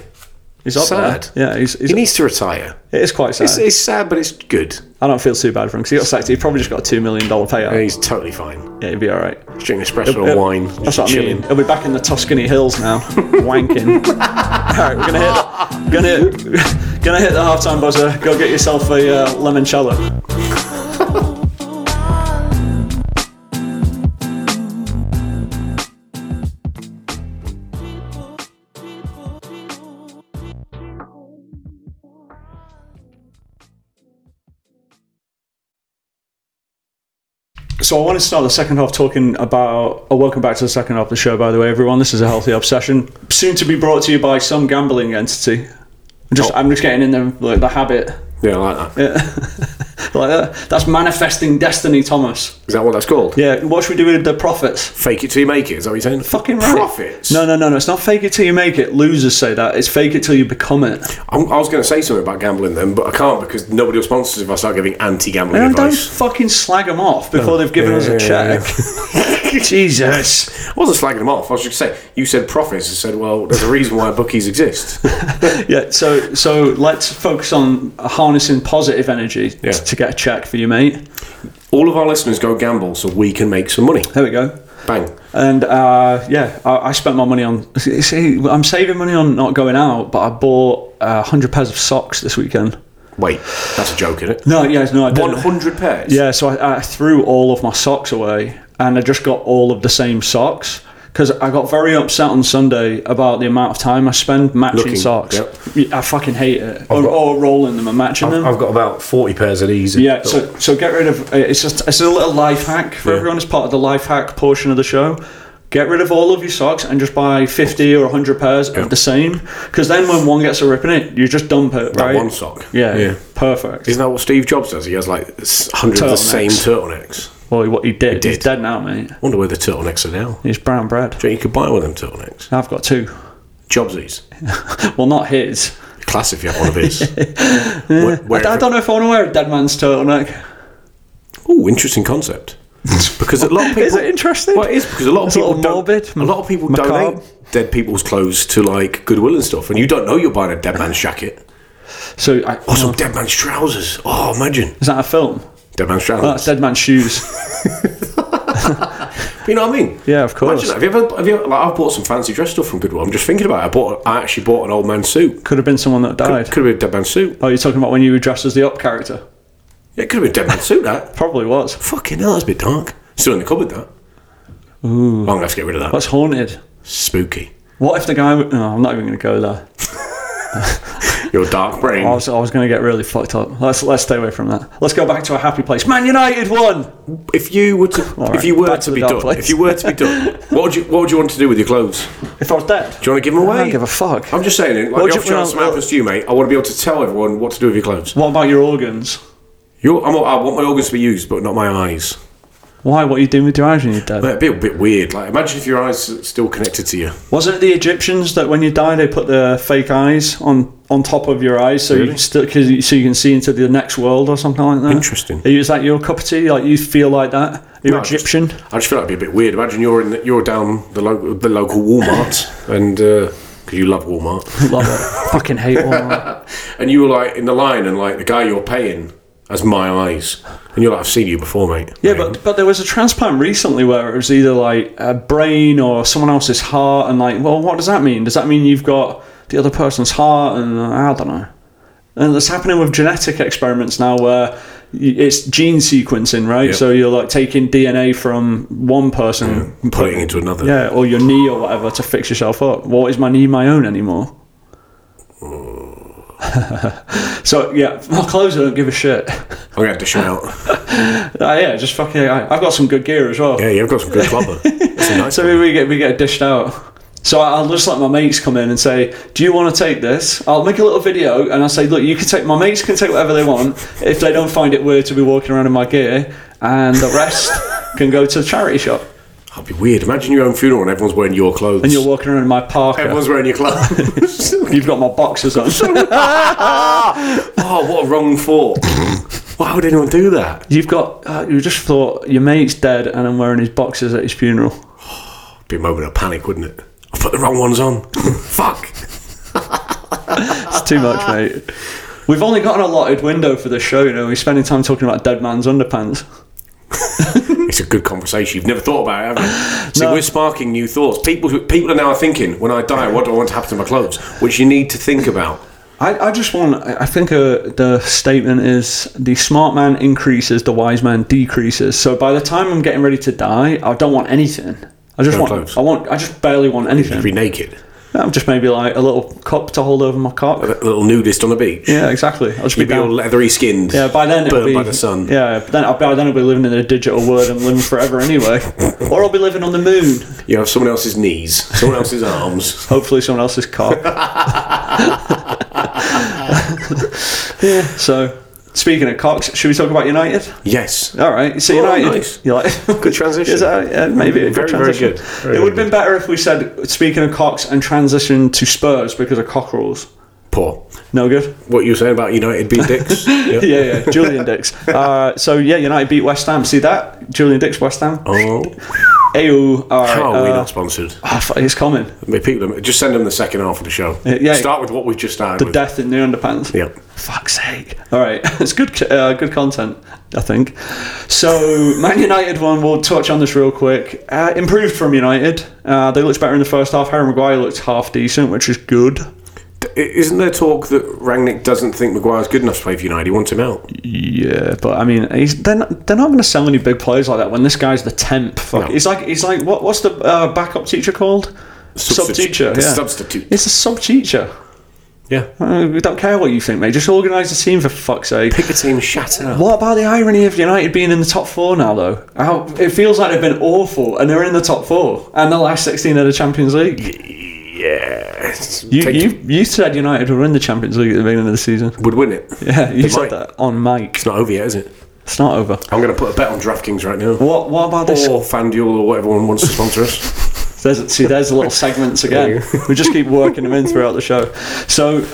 C: He's up
A: Sad.
C: there. Yeah, he's. he's
A: He needs to retire.
C: it is quite sad.
A: It's, it's sad, but it's good.
C: I don't feel too bad for him because he got sacked. He probably just got a two million dollar payout.
A: And
C: Yeah,
A: he's totally fine.
C: he'd be all right.
A: Just drinking espresso
C: Yeah,
A: and wine.
C: That's
A: Just
C: what I
A: chilling.
C: mean. He'll be back in the Tuscany
A: *laughs*
C: hills now, wanking. All right, we're gonna hit, gonna hit, *laughs* gonna hit the halftime buzzer. Go get yourself a uh, limoncello. So I want to start the second half talking about. Oh, welcome back to the second half of the show, by the way, everyone. This is a healthy obsession, soon to be brought to you by some gambling entity. I'm
A: Oh.
C: just, I'm just getting in the like, the habit.
A: Yeah, I like that. Is
C: Yeah. like that. That's manifesting destiny, Thomas.
A: that what that's called?
C: Yeah. What should we do with the profits?
A: Fake it till you make it. Is that what you're saying?
C: Fucking right.
A: Profits.
C: No, no, no, no. It's not fake it till you make it. Losers say that. It's fake it till you become it.
A: I, I was going to say something about gambling then, but I can't because nobody will sponsor us if I start giving anti-gambling
C: And don't
A: advice.
C: fucking slag them off before they've given us a
A: yeah,
C: check. *laughs* Jesus.
A: I wasn't slagging them off. I was just saying, you said profits. I said, well, there's a reason why bookies exist.
C: Yeah, so so let's focus on harnessing positive energy t-
A: Yeah.
C: to get a check for you, mate.
A: all of our listeners go gamble so we can make some money.
C: There we go.
A: Bang.
C: And uh, yeah, I, I spent my money on. See, I'm saving money on not going out, but I bought uh, 100 pairs of socks this weekend.
A: Wait, that's a joke, isn't it?
C: No, yeah, no, I didn't.
A: 100 pairs?
C: Yeah, so I, I threw all of my socks away and I just got all of the same socks. because I got very upset on Sunday about the amount of time I spend matching
A: Looking,
C: socks.
A: yep.
C: Yeah, I fucking hate it. Or, or rolling them and matching them.
A: I've got about 40 pairs of these.
C: Yeah, so so get rid of uh, it's just it's a little life hack for everyone. It's part of the life hack portion of the show. Get rid of all of your socks and just buy fifty or hundred pairs of the same. Because then when one gets a rip in it, you just dump it.
A: that
C: right?
A: one sock.
C: Yeah,
A: Yeah.
C: perfect.
A: Isn't that what Steve Jobs does? He has like hundreds of the same turtlenecks.
C: well, what he did, he's
A: did.
C: dead now, mate.
A: Wonder where the turtlenecks are now.
C: He's brown bread.
A: Do you think you could buy one of them turtlenecks?
C: I've got two.
A: Jobsies.
C: Well, not his.
A: Class if you have one of
C: *laughs*
A: his. Where-
C: I,
A: where-
C: I don't know if I want to wear a dead man's turtleneck.
A: Ooh, interesting
C: *laughs*
A: concept. because a lot of people
C: Is it interesting?
A: Well, it is because a lot of
C: It's a
A: people
C: little
A: don't-
C: morbid,
A: a lot of people
C: macabre.
A: donate dead people's clothes to like Goodwill and stuff, and you don't know you're buying a dead man's jacket
C: So, I,
A: or some dead man's trousers. Oh, imagine
C: is that a film?
A: dead man's
C: Well, that's
A: trousers.
C: dead man's *laughs* shoes.
A: you know what I mean?
C: Yeah, of course.
A: Imagine that. Have you ever? Have you ever, like? I've bought some fancy dress stuff from Goodwill. I'm just thinking about it. I bought. I actually bought an old man suit.
C: Could have been someone that died.
A: Could have been a dead man's suit.
C: Oh, you're talking about when you were dressed as the up character?
A: Yeah, it could have been a dead man's suit. That
C: Probably was.
A: fucking hell, that's a bit dark. Still in the cupboard. That. Ooh. I'm gonna have to get rid of that.
C: What's haunted?
A: Spooky.
C: What if the guy? No, I'm not even going to go there.
A: Your dark brain.
C: I was, I was going to get really fucked up. Let's let's stay away from that. Let's go back to a happy place. Man United won.
A: If you were to,
C: All
A: if you
C: right,
A: were
C: back
A: to
C: to the
A: be
C: dark
A: done,
C: place.
A: if you were to be
C: *laughs*
A: done, what would you, what would you want to do with your clothes?
C: If I was dead,
A: Do you want to give them away?
C: I don't give a fuck.
A: I'm just saying, like
C: What
A: the
C: do
A: off chance
C: you- well,
A: something happens to you, mate, I want to be able to tell everyone what to do with your clothes.
C: What about your organs?
A: Your, I'm, I want my organs to be used, but not my eyes.
C: Why? What are you doing with your eyes when you're dead?
A: It'd be a bit weird. Like, imagine if your eyes are still connected to you.
C: Wasn't it the Egyptians that when you die they put their fake eyes on on top of your eyes so you still cause you, so you can see into the next world or something like that?
A: Interesting.
C: Are you, is that your cup of tea? Like you feel like that? You're
A: No, I just-
C: Egyptian.
A: I just feel that'd be a bit weird. Imagine you're in, the, you're down the local, the local Walmart, and because you *laughs* love Walmart, *laughs*
C: Love it. Fucking hate Walmart.
A: and you were like in the line, and like the guy you're paying has my eyes, and you're like, I've seen you before, mate.
C: Yeah,
A: Mate.
C: but but there was a transplant recently where it was either like a brain or someone else's heart, and like, well, what does that mean? Does that mean you've got the other person's heart? And uh, I don't know. And that's happening with genetic experiments now, where y- it's gene sequencing, right?
A: Yeah.
C: So you're like taking DNA from one person,
A: put it into another.
C: yeah, or your knee or whatever to fix yourself up. What is my knee my own anymore? *laughs* so yeah, my clothes I don't give a shit. *laughs*
A: I'm gonna have to shout.
C: Uh, yeah, just fucking. I, I've got some good gear as well.
A: Yeah, you've got some good *laughs* clubber. That's a nice
C: So maybe we get we get dished out. So I- I'll just let my mates come in and say, "Do you want to take this?" I'll make a little video and I'll say, "Look, you can take my mates can take whatever they want if they don't find it weird to be walking around in my gear, and the rest can go to the charity shop."
A: That'd be weird. Imagine your own funeral and everyone's wearing your clothes.
C: And you're walking around in my parka.
A: everyone's wearing your clothes.
C: You've got my boxes
A: *laughs*
C: on.
A: oh, what a wrong thought. Why would anyone do that?
C: You've got. Uh, you just thought your mate's dead, and I'm wearing his boxes at his funeral.
A: It'd be a moment of panic, wouldn't it? I put the wrong ones on. *laughs* Fuck.
C: It's too much, mate. We've only got an allotted window for the show. You know, we're spending time talking about dead man's underpants.
A: It's a good conversation. You've never thought about it, have *gasps* you? See,
C: No.
A: we're sparking new thoughts. People, people are now thinking, when I die, what do I want to happen to my clothes? Which you need to think about.
C: I, I just want. I I think uh, the statement is the smart man increases, the wise man decreases. So by the time I'm getting ready to die, I don't want anything. I just
A: No
C: want.
A: clothes.
C: I want. I just barely want
A: You'd
C: anything.
A: be naked.
C: I'm just maybe like a little cup to hold over my
A: A
C: cock.
A: little nudist on a beach.
C: Yeah, exactly. I'll just
A: You'd
C: be
A: be all
C: down.
A: leathery skinned.
C: Yeah, by then it'll
A: burnt
C: be
A: by the sun.
C: Yeah, but then by then I'll be living in a digital world and living forever
A: *laughs*
C: anyway, or I'll be living on the moon.
A: You have someone else's knees, someone else's
C: *laughs*
A: arms.
C: Hopefully, someone
A: *laughs*
C: else's cock. yeah. *laughs* So, speaking of cocks, should we talk about United?
A: Yes.
C: All right. So
A: Oh,
C: United,
A: nice.
C: you're
A: *laughs*
C: like
A: Good transition.
C: Is that, yeah, maybe
A: Very,
C: a good
A: very
C: transition.
A: good. Very
C: it would have been better if we said speaking of cocks and transition to Spurs because of cockerels.
A: Poor.
C: No good.
A: What you were saying about United being
C: *laughs*
A: dicks? Yeah.
C: Yeah, yeah.
A: *laughs*
C: Julian Dix. Uh, so yeah, United beat West Ham. See that? Julian Dix, West Ham.
A: Oh,
C: Ayo. All right.
A: how are we
C: uh,
A: not sponsored?
C: ah, fu- it's coming.
A: I mean, people, just send them the second half of the show.
C: Uh, yeah.
A: Start with what we've just started
C: The
A: with.
C: death in the underpants.
A: Yep.
C: Fuck's sake. All right. *laughs* It's good uh, good content, I think. So, Man United one, we'll touch on this real quick. Uh, improved from United. Uh, they looked better in the first half. Harry Maguire looked half decent, which is good.
A: I- Isn't there talk that Rangnick doesn't think Maguire's good enough to play for United? He wants him out.
C: Yeah, but I mean, he's, they're not, they're not going to sell any big players like that when this guy's the tenth. Fuck,
A: No.
C: he's like he's like what what's the uh, backup teacher called? Sub
A: Substitute-
C: teacher.
A: the
C: yeah.
A: substitute.
C: It's a sub teacher.
A: Yeah.
C: Uh, we don't care what you think, mate. Just organise the team for fuck's sake.
A: Pick a team, shut up.
C: What about the irony of United being in the top four now, though? How, it feels like they've been awful, and they're in the top four, and the last sixteen of the Champions League.
A: Yeah.
C: You,
A: Take-
C: you, you said United were in the Champions League at the beginning of the season. *laughs*
A: would win it.
C: Yeah, you
A: They
C: said
A: might.
C: that on mic.
A: It's not over yet, is it?
C: It's not over.
A: I'm going to put a bet on DraftKings right now.
C: What what about this?
A: Or FanDuel or whatever one wants to sponsor us.
C: There's, see, there's the little segments again. we just keep working them in throughout the show. So,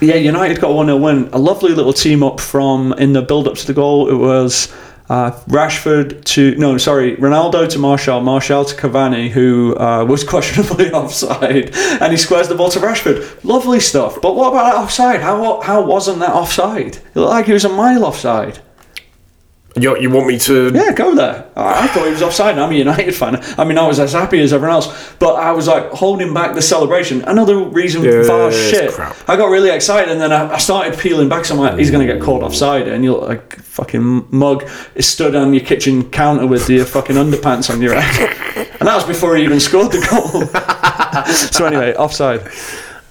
C: yeah, United got a 1 0 win. A lovely little team up from in the build up to the goal. It was uh, Rashford to, no, sorry, Ronaldo to Marshall, Marshall to Cavani, who uh, was *laughs* questionably offside, and he squares the ball to Rashford. Lovely stuff. But what about that offside? How, how wasn't that offside? It looked like he was a mile offside.
A: You, you want me to.
C: Yeah, go there. I I thought he was offside. and I'm a United fan. I mean, I was as happy as everyone else, but I was like holding back the celebration. Another reason
A: Yeah,
C: VAR
A: it's
C: shit.
A: crap.
C: I got really excited, and then I, I started peeling back. So I'm like, he's going to get called offside, and you're like, fucking mug is stood on your kitchen counter with your fucking underpants on your head. And that was before he even scored the goal. *laughs* so anyway, offside.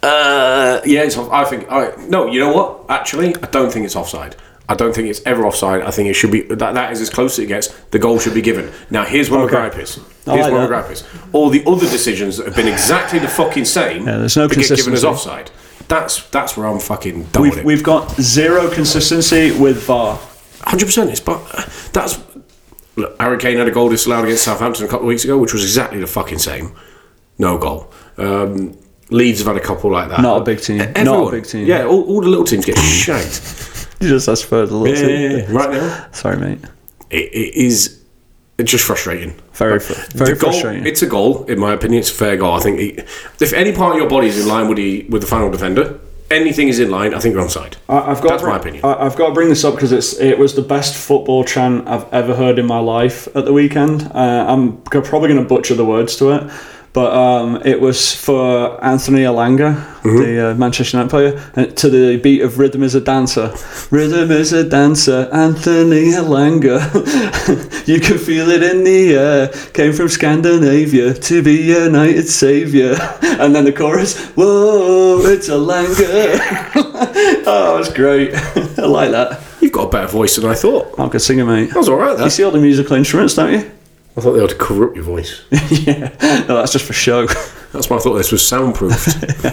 A: Uh, yeah, it's off. I think. I, no, you know what? Actually, I don't think it's offside. I don't think it's ever offside. I think it should be. That, that is as close as it gets. The goal should be given. Now, here's where my gripe is.
C: I
A: Here's where
C: like
A: my
C: that.
A: gripe is. All the other decisions that have been exactly the fucking same
C: Yeah, there's no
A: that get given as
C: consistency.
A: offside. That's that's where I'm fucking done with
C: We've
A: it.
C: we've got zero consistency with VAR.
A: Hundred percent. It's but that's look. Harry Kane had a goal disallowed against Southampton a couple of weeks ago, which was exactly the fucking same. No goal. Um, Leeds have had a couple like that.
C: Not a big team. Not a
A: Everyone.
C: big team.
A: Yeah, all, all the little teams get
C: *laughs*
A: shagged. Uh,
C: You just asked for the little thing.
A: Right now,
C: Sorry, mate.
A: it, it is it's just frustrating.
C: Very, fr- very
A: The goal-
C: frustrating.
A: It's a goal, in my opinion. It's a fair goal. I think he, if any part of your body is in line with the with the final defender, anything is in line. I think you're onside.
C: I- I've got
A: That's
C: to bring-
A: my opinion.
C: I, have got to bring this up because it's it was the best football chant I've ever heard in my life at the weekend. Uh, I'm g- probably going to butcher the words to it, but um, it was for Anthony Alanga,
A: Mm-hmm.
C: the uh, Manchester United player, and to the beat of "Rhythm is a Dancer." Rhythm is a dancer, Anthony Alanga. *laughs* you can feel it in the air. Came from Scandinavia to be United saviour, *laughs* and then the chorus. Whoa, it's *laughs* Alanga. Oh, that's great. *laughs* I like that.
A: You've got a better voice than I thought.
C: I'm a good singer, mate.
A: That was all right.
C: You
A: That
C: see all the musical instruments, don't you?
A: I thought they ought to cover up your voice.
C: *laughs* yeah. No, that's just for show.
A: That's why I thought this was
C: *laughs*
A: soundproofed.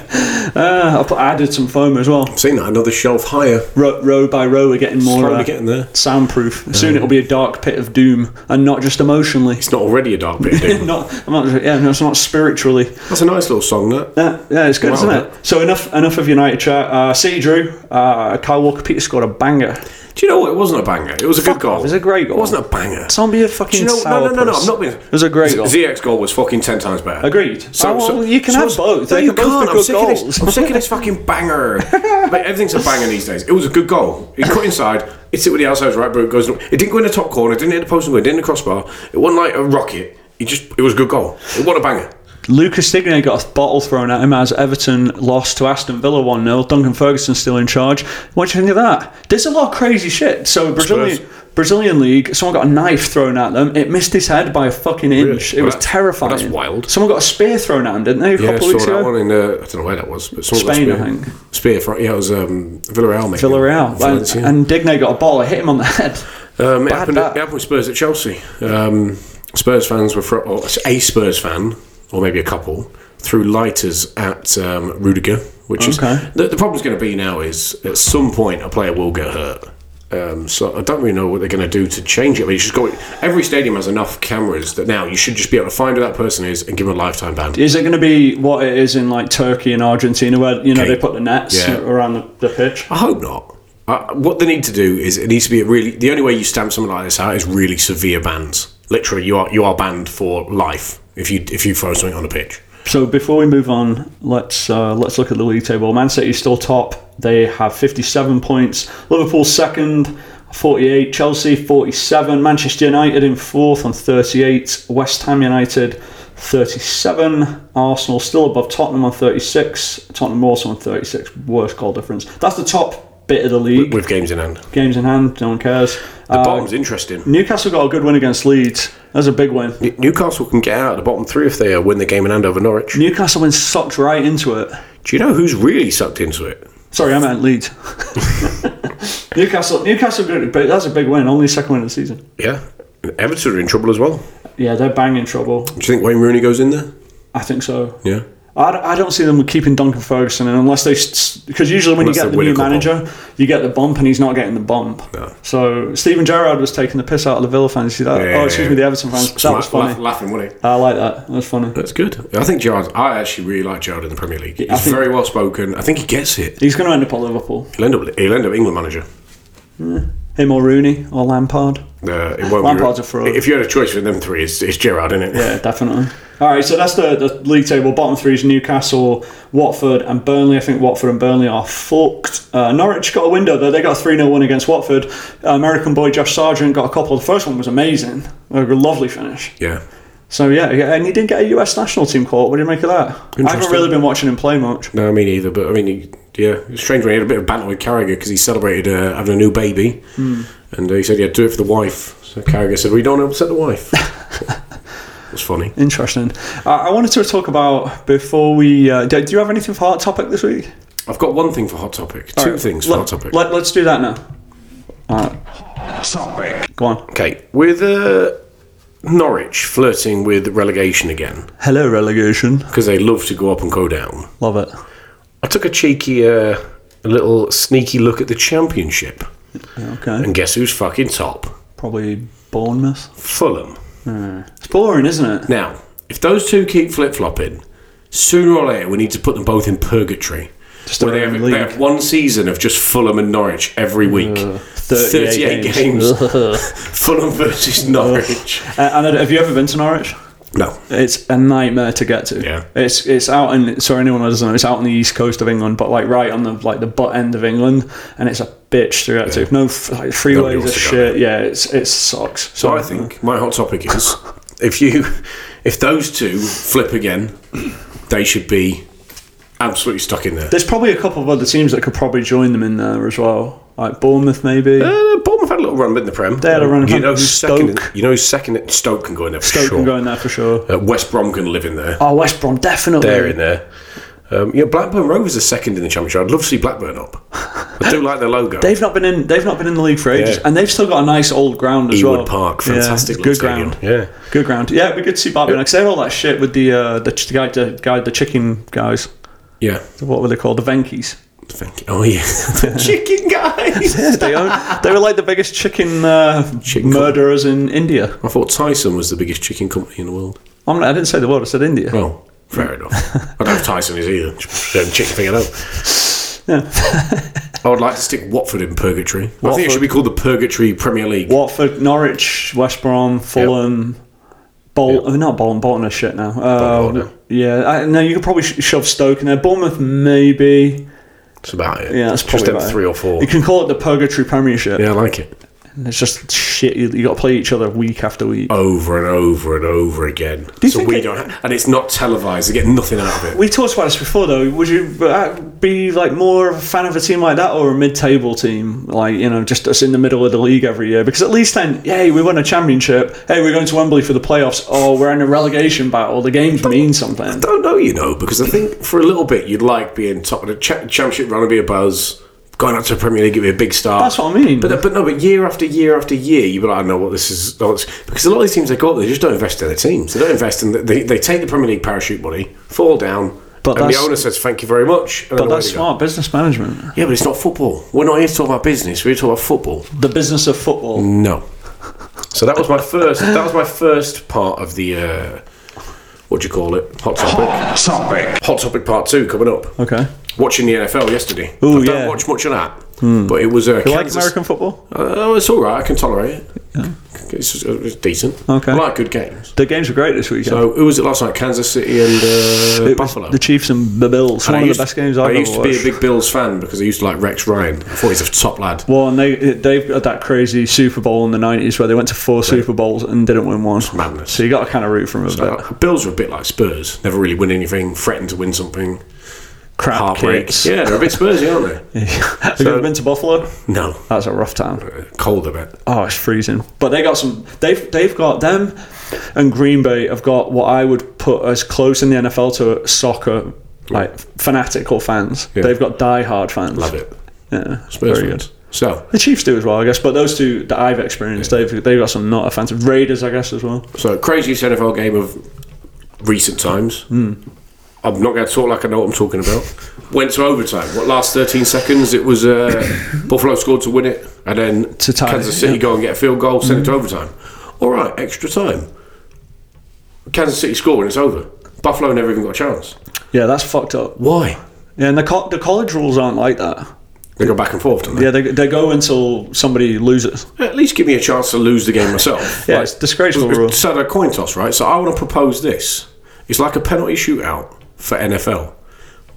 C: Uh, I put I added some foam as well.
A: I've seen that another shelf higher.
C: Row, row by row, we're getting more
A: Slowly
C: uh,
A: getting there.
C: soundproof. Soon it'll be a dark pit of doom, and not just emotionally. *laughs*
A: It's not already a dark bit. Dude.
C: Not, I'm not, yeah, no, it's not spiritually.
A: That's a nice little song. That
C: Yeah, yeah, it's good,
A: Wow.
C: isn't it? So enough, enough of United chat. Uh, City drew. Uh, Kyle Walker Peters scored a banger.
A: do you know what? It wasn't a banger. It was a good goal.
C: It was a great goal.
A: It wasn't a banger.
C: Don't be a
A: Do
C: fucking
A: you know? No, no, no, no.
C: sourpuss.
A: I'm not being.
C: It was a great goal.
A: ZX goal was fucking ten times better.
C: Agreed. Oh, well, you can have both.
A: No,
C: They
A: you
C: can both
A: can't.
C: be
A: I'm
C: good
A: sick, of
C: goals.
A: this, I'm sick of this fucking *laughs* banger. Like, everything's a banger these days. It was a good goal. It cut inside. It's it with the outside right, but it goes. It didn't go in the top corner. It didn't hit the post and go. It didn't hit the crossbar. It wasn't like a rocket. It just. It was a good goal. It wasn't a banger.
C: Lucas Digne got a bottle thrown at him as Everton lost to Aston Villa 1 0. Duncan Ferguson still in charge. What do you think of that? There's a lot of crazy shit. So, Brazilian,
A: Spurs.
C: Brazilian league, someone got a knife thrown at them. It missed his head by a fucking inch. It
A: Well,
C: was
A: that's-
C: terrifying.
A: well, that's wild.
C: Someone got a spear thrown at him, didn't they, a
A: Yeah, I
C: couple
A: saw
C: weeks
A: that
C: ago?
A: one in. Uh, I don't know where that was, but someone got
C: Spain, I
A: spear,
C: think.
A: Spear from yeah, it was um, Villarreal. Maybe.
C: Villarreal.
A: Valencia.
C: And, and Digne got a ball. It hit him on the head.
A: um, it,
C: bad
A: happened
C: back.
A: at, it happened with Spurs at Chelsea. Um, Spurs fans were fro- or a Spurs fan, or maybe a couple, threw lighters at um, Rudiger, which
C: Okay.
A: is the, the problem's going to be now is at some point a player will get hurt. Um, so I don't really know what they're going to do to change it. I mean, it's just got every stadium has enough cameras that now you should just be able to find who that person is and give them a lifetime ban.
C: Is it going to be what it is in like Turkey and Argentina where, you know,
A: Okay.
C: they put the nets
A: Yeah.
C: around the, the pitch?
A: I hope not. Uh, what they need to do is it needs to be a really. The only way you stamp something like this out is really severe bans. Literally, you are you are banned for life if you if you throw something on a pitch.
C: So before we move on, let's uh, let's look at the league table. Man City still top. They have 57 points. Liverpool second, 48. Chelsea 47. Manchester United in fourth on 38. West Ham United 37. Arsenal still above Tottenham on 36. Tottenham also on 36. Worst goal difference. That's the top bit of the league.
A: with games in hand.
C: Games in hand, no one cares.
A: The
C: Uh,
A: bottom's interesting.
C: Newcastle got a good win against Leeds. That's a big win.
A: N- Newcastle can get out of the bottom three if they uh, win the game in hand over Norwich.
C: Newcastle been sucked right into it.
A: Do you know who's really sucked into it?
C: Sorry, I
A: *laughs*
C: meant Leeds. Newcastle, Newcastle, good, but that's a big win. Only second win of the season.
A: Yeah. Everton are in trouble as well.
C: Yeah, they're banging trouble.
A: Do you think Wayne Rooney goes in there?
C: I think so.
A: Yeah.
C: I, d- I don't see them keeping Duncan Ferguson in unless they because usually when
A: Unless
C: you
A: they
C: get the
A: win a
C: new
A: couple.
C: manager, you get the bump and he's not getting the bump.
A: No.
C: So Stephen Gerrard was taking the piss out of the Villa fans. You see that?
A: Yeah,
C: oh, excuse
A: yeah,
C: me, the
A: yeah.
C: Everton fans.
A: S-
C: that was
A: laugh-
C: funny.
A: laughing, wasn't he?
C: I like that. That was funny.
A: That's good. I think Gerard. I actually really like Gerard in the Premier League. He's
C: I think-
A: very well spoken. I think he gets it.
C: He's going to end up at Liverpool.
A: He'll end up. He'll end up England manager.
C: Him or Rooney or Lampard.
A: Uh,
C: *laughs*
A: it won't
C: Lampard's
A: be,
C: a fraud.
A: If you had a choice between them three, it's, it's Gerard, isn't it?
C: Yeah, definitely. All right, so that's the, the league table. Bottom three is Newcastle, Watford, and Burnley. I think Watford and Burnley are fucked. Uh, Norwich got a window though. They got a 3 0 win against Watford. American boy Josh Sargent got a couple. The first one was amazing. A lovely finish.
A: Yeah.
C: So, yeah, yeah, and he didn't get a US national team call. What do you make of that? I haven't
A: Interesting.
C: really been watching him play much.
A: No, me neither. But I mean, he, yeah, it was strange when he had a bit of banter with Carragher because he celebrated uh, having a new baby,
C: Hmm.
A: and uh, he said he had to do it for the wife. So Carragher said, "We don't upset the
C: *laughs*
A: wife." That's funny.
C: Interesting. Uh, I wanted to talk about before we. Uh, do do you have anything for Heart Topic this week?
A: I've got one thing for hot topic. Two
C: Alright,
A: things for
C: let,
A: hot topic.
C: Let, us do that now. All right, go on.
A: okay, with uh, Norwich flirting with relegation again
C: Hello, relegation.
A: because they love to go up and go down.
C: Love it.
A: I took a cheeky, uh, little sneaky look at the championship,
C: Okay.
A: and guess who's fucking top?
C: Probably Bournemouth.
A: Fulham.
C: It's boring, isn't it?
A: Now, if those two keep flip flopping, sooner or later we need to put them both in purgatory.
C: Just
A: Where they
C: around
A: have,
C: the
A: they
C: league.
A: have one season of just Fulham and Norwich every week.
C: 38 games. *laughs*
A: Fulham versus Norwich.
C: Uh, and uh, have you ever been to Norwich?
A: no.
C: It's a nightmare to get to.
A: Yeah.
C: It's it's out in so anyone who doesn't know it's out on the east coast of England, but like right on the like the butt end of England, and it's a bitch to get to. No f- like, freeways
A: wants
C: are
A: to go
C: shit. Yeah, it's it sucks.
A: So I think my hot topic is if you if those two flip again, they should be absolutely stuck in there.
C: There's probably a couple of other teams that could probably join them in there as well, like Bournemouth maybe.
A: Uh, Bournemouth had a little run in the Prem.
C: They had a run in
A: You
C: Prem.
A: know who's second? in-
C: Stoke.
A: you know who's second? in- Stoke can go in there. For
C: Stoke
A: sure.
C: can go in there for sure.
A: Uh, West Brom can live in there.
C: Oh, West Brom definitely.
A: They're in there. Um, you know, Blackburn Rovers are second in the championship. I'd love to see Blackburn up. I do like their logo.
C: *laughs* They've not been in. They've not been in the league for ages,
A: Yeah.
C: and they've still got a nice old ground as
A: Ewood
C: well.
A: Park,
C: Yeah,
A: fantastic little
C: good
A: stadium.
C: ground.
A: Yeah.
C: good ground. Yeah, we could see Blackburn because they had all that shit with the uh, the, ch- the guy, the guy, the chicken guys.
A: yeah.
C: What were they called? The
A: *laughs*
C: Venkies.
A: Thank you. Oh
C: *laughs*
A: yeah, *laughs* the chicken guys.
C: they, own, they were like the biggest chicken, uh,
A: Chicken
C: murderers in India.
A: I thought Tyson was the biggest chicken company in the world.
C: I'm, not- I didn't say the world. I said India.
A: Well, fair enough. I don't know if Tyson is either. Just don't Chicken thing out. I would like to stick Watford in purgatory. I think it
C: Watford.
A: should be called the Purgatory Premier League.
C: Watford, Norwich, West Brom, Fulham, Bolton. Not Bolton. Bolton are shit now. Uh,
A: Bolton.
C: yeah, I, no, you could probably sh- shove Stoke in there. Bournemouth, maybe.
A: That's about it.
C: Yeah, that's probably
A: just them
C: about it.
A: three or four.
C: You can call it the Purgatory Premiership.
A: Yeah, I like it.
C: And It's just shit. You, you got to play each other week after week.
A: Over and over and over again.
C: you
A: so
C: think
A: we
C: it-
A: don't, ha- and it's not televised. They get nothing out of it.
C: We talked about this before, though. Would you uh, be like more of a fan of a team like that or a mid-table team, like you know, just us in the middle of the league every year? Because at least then, hey, we won a championship. Hey, we're going to Wembley for the playoffs. Oh, we're in a relegation battle. The games mean something.
A: don't know, you know, because I think for a little bit you'd like being top of the cha- championship run would be a buzz. Going up to the Premier League would be a big start.
C: That's what I mean.
A: But but no, but year after year after year, you'd be like, I know what this is. oh, it's- because a lot of these teams they got, they just don't invest in their teams. They don't invest in. The, they they take the Premier League parachute money, fall down,
C: But
A: and the
C: that's-
A: owner says thank you very much. and then
C: But
A: away
C: that's
A: they go.
C: smart business management.
A: Yeah, but it's not football. We're not here to talk about business. We're here to talk about football.
C: The business of football.
A: No. So that was my first. That was my first part of the. Uh, what do you call it? Hot topic. Hot topic. Hot topic part two coming up
C: Okay.
A: watching the NFL yesterday. I
C: Ooh, yeah. Hmm.
A: don't watch much of that, but it was uh,
C: You like
A: Kansas-
C: American football?
A: Uh, it's all right. I can tolerate it. It's, just- it was decent.
C: Okay.
A: I like good games.
C: The games were great this weekend.
A: So who was it last night? Kansas City and uh,
C: It was
A: Buffalo.
C: the Chiefs and the Bills.
A: And I
C: One of
A: used-
C: the best games I've
A: I
C: ever
A: used to
C: watched.
A: be a big Bills fan because I used to like Rex Ryan. I thought he's a top lad.
C: well, and they they've got that crazy Super Bowl in the nineties where they went to four Super Bowls and didn't win one.
A: madness.
C: So you got to kind of root for them a bit.
A: Uh, Bills are a bit like Spurs. Never really win anything. Threaten to win something.
C: Crap
A: Heartbreak.
C: kids.
A: Yeah, they're a bit Spursy, aren't they?
C: *laughs* Have you ever been to Buffalo?
A: No,
C: That's a rough town.
A: cold a bit.
C: Oh, it's freezing. But they got some. They've they've got them, and Green Bay have got what I would put as close in the NFL to soccer, like fanatical fans.
A: Yeah.
C: They've got diehard fans.
A: Love it.
C: Yeah,
A: Spurs
C: very
A: fans.
C: good.
A: So,
C: The Chiefs do as well, I guess. But those two that I've experienced, they've they've got some not offensive Raiders, I guess, as well.
A: so craziest NFL game of recent times.
C: Hmm.
A: I'm not going to talk like I know what I'm talking about. Went to overtime. What last 13 seconds? It was
C: *coughs*
A: uh, Buffalo scored to win it, and then
C: To tie,
A: Kansas City
C: yeah. Hmm.
A: go and get a field goal, send it to overtime. All right, extra time. Kansas City score and it's over. Buffalo never even got a chance.
C: Yeah, that's fucked up.
A: Why?
C: Yeah, and the co- the college rules aren't like that.
A: They go back and forth, don't they?
C: Yeah, they, they go until somebody loses.
A: At least give me a chance to lose the game myself.
C: *laughs* Yeah, it's disgraceful
A: it's-
C: rule.
A: It's a coin toss, right? So I want to propose this. It's like a penalty shootout for NFL,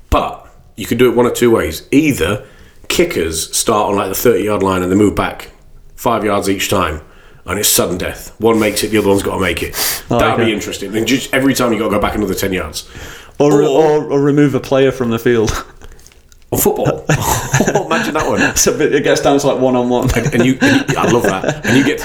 A: but you can do it one of two ways. Either kickers start on like the thirty-yard line and they move back five yards each time, and it's sudden death. One makes it, the other one's got to make it. That'd
C: Oh, okay.
A: be interesting. Then just every time you got to go back another ten yards.
C: Or, or, or remove a player from the field. *laughs*
A: Or football. *laughs* Imagine that one.
C: so it gets down to like one
A: *laughs*
C: on one.
A: and you, and you- I love that. And you get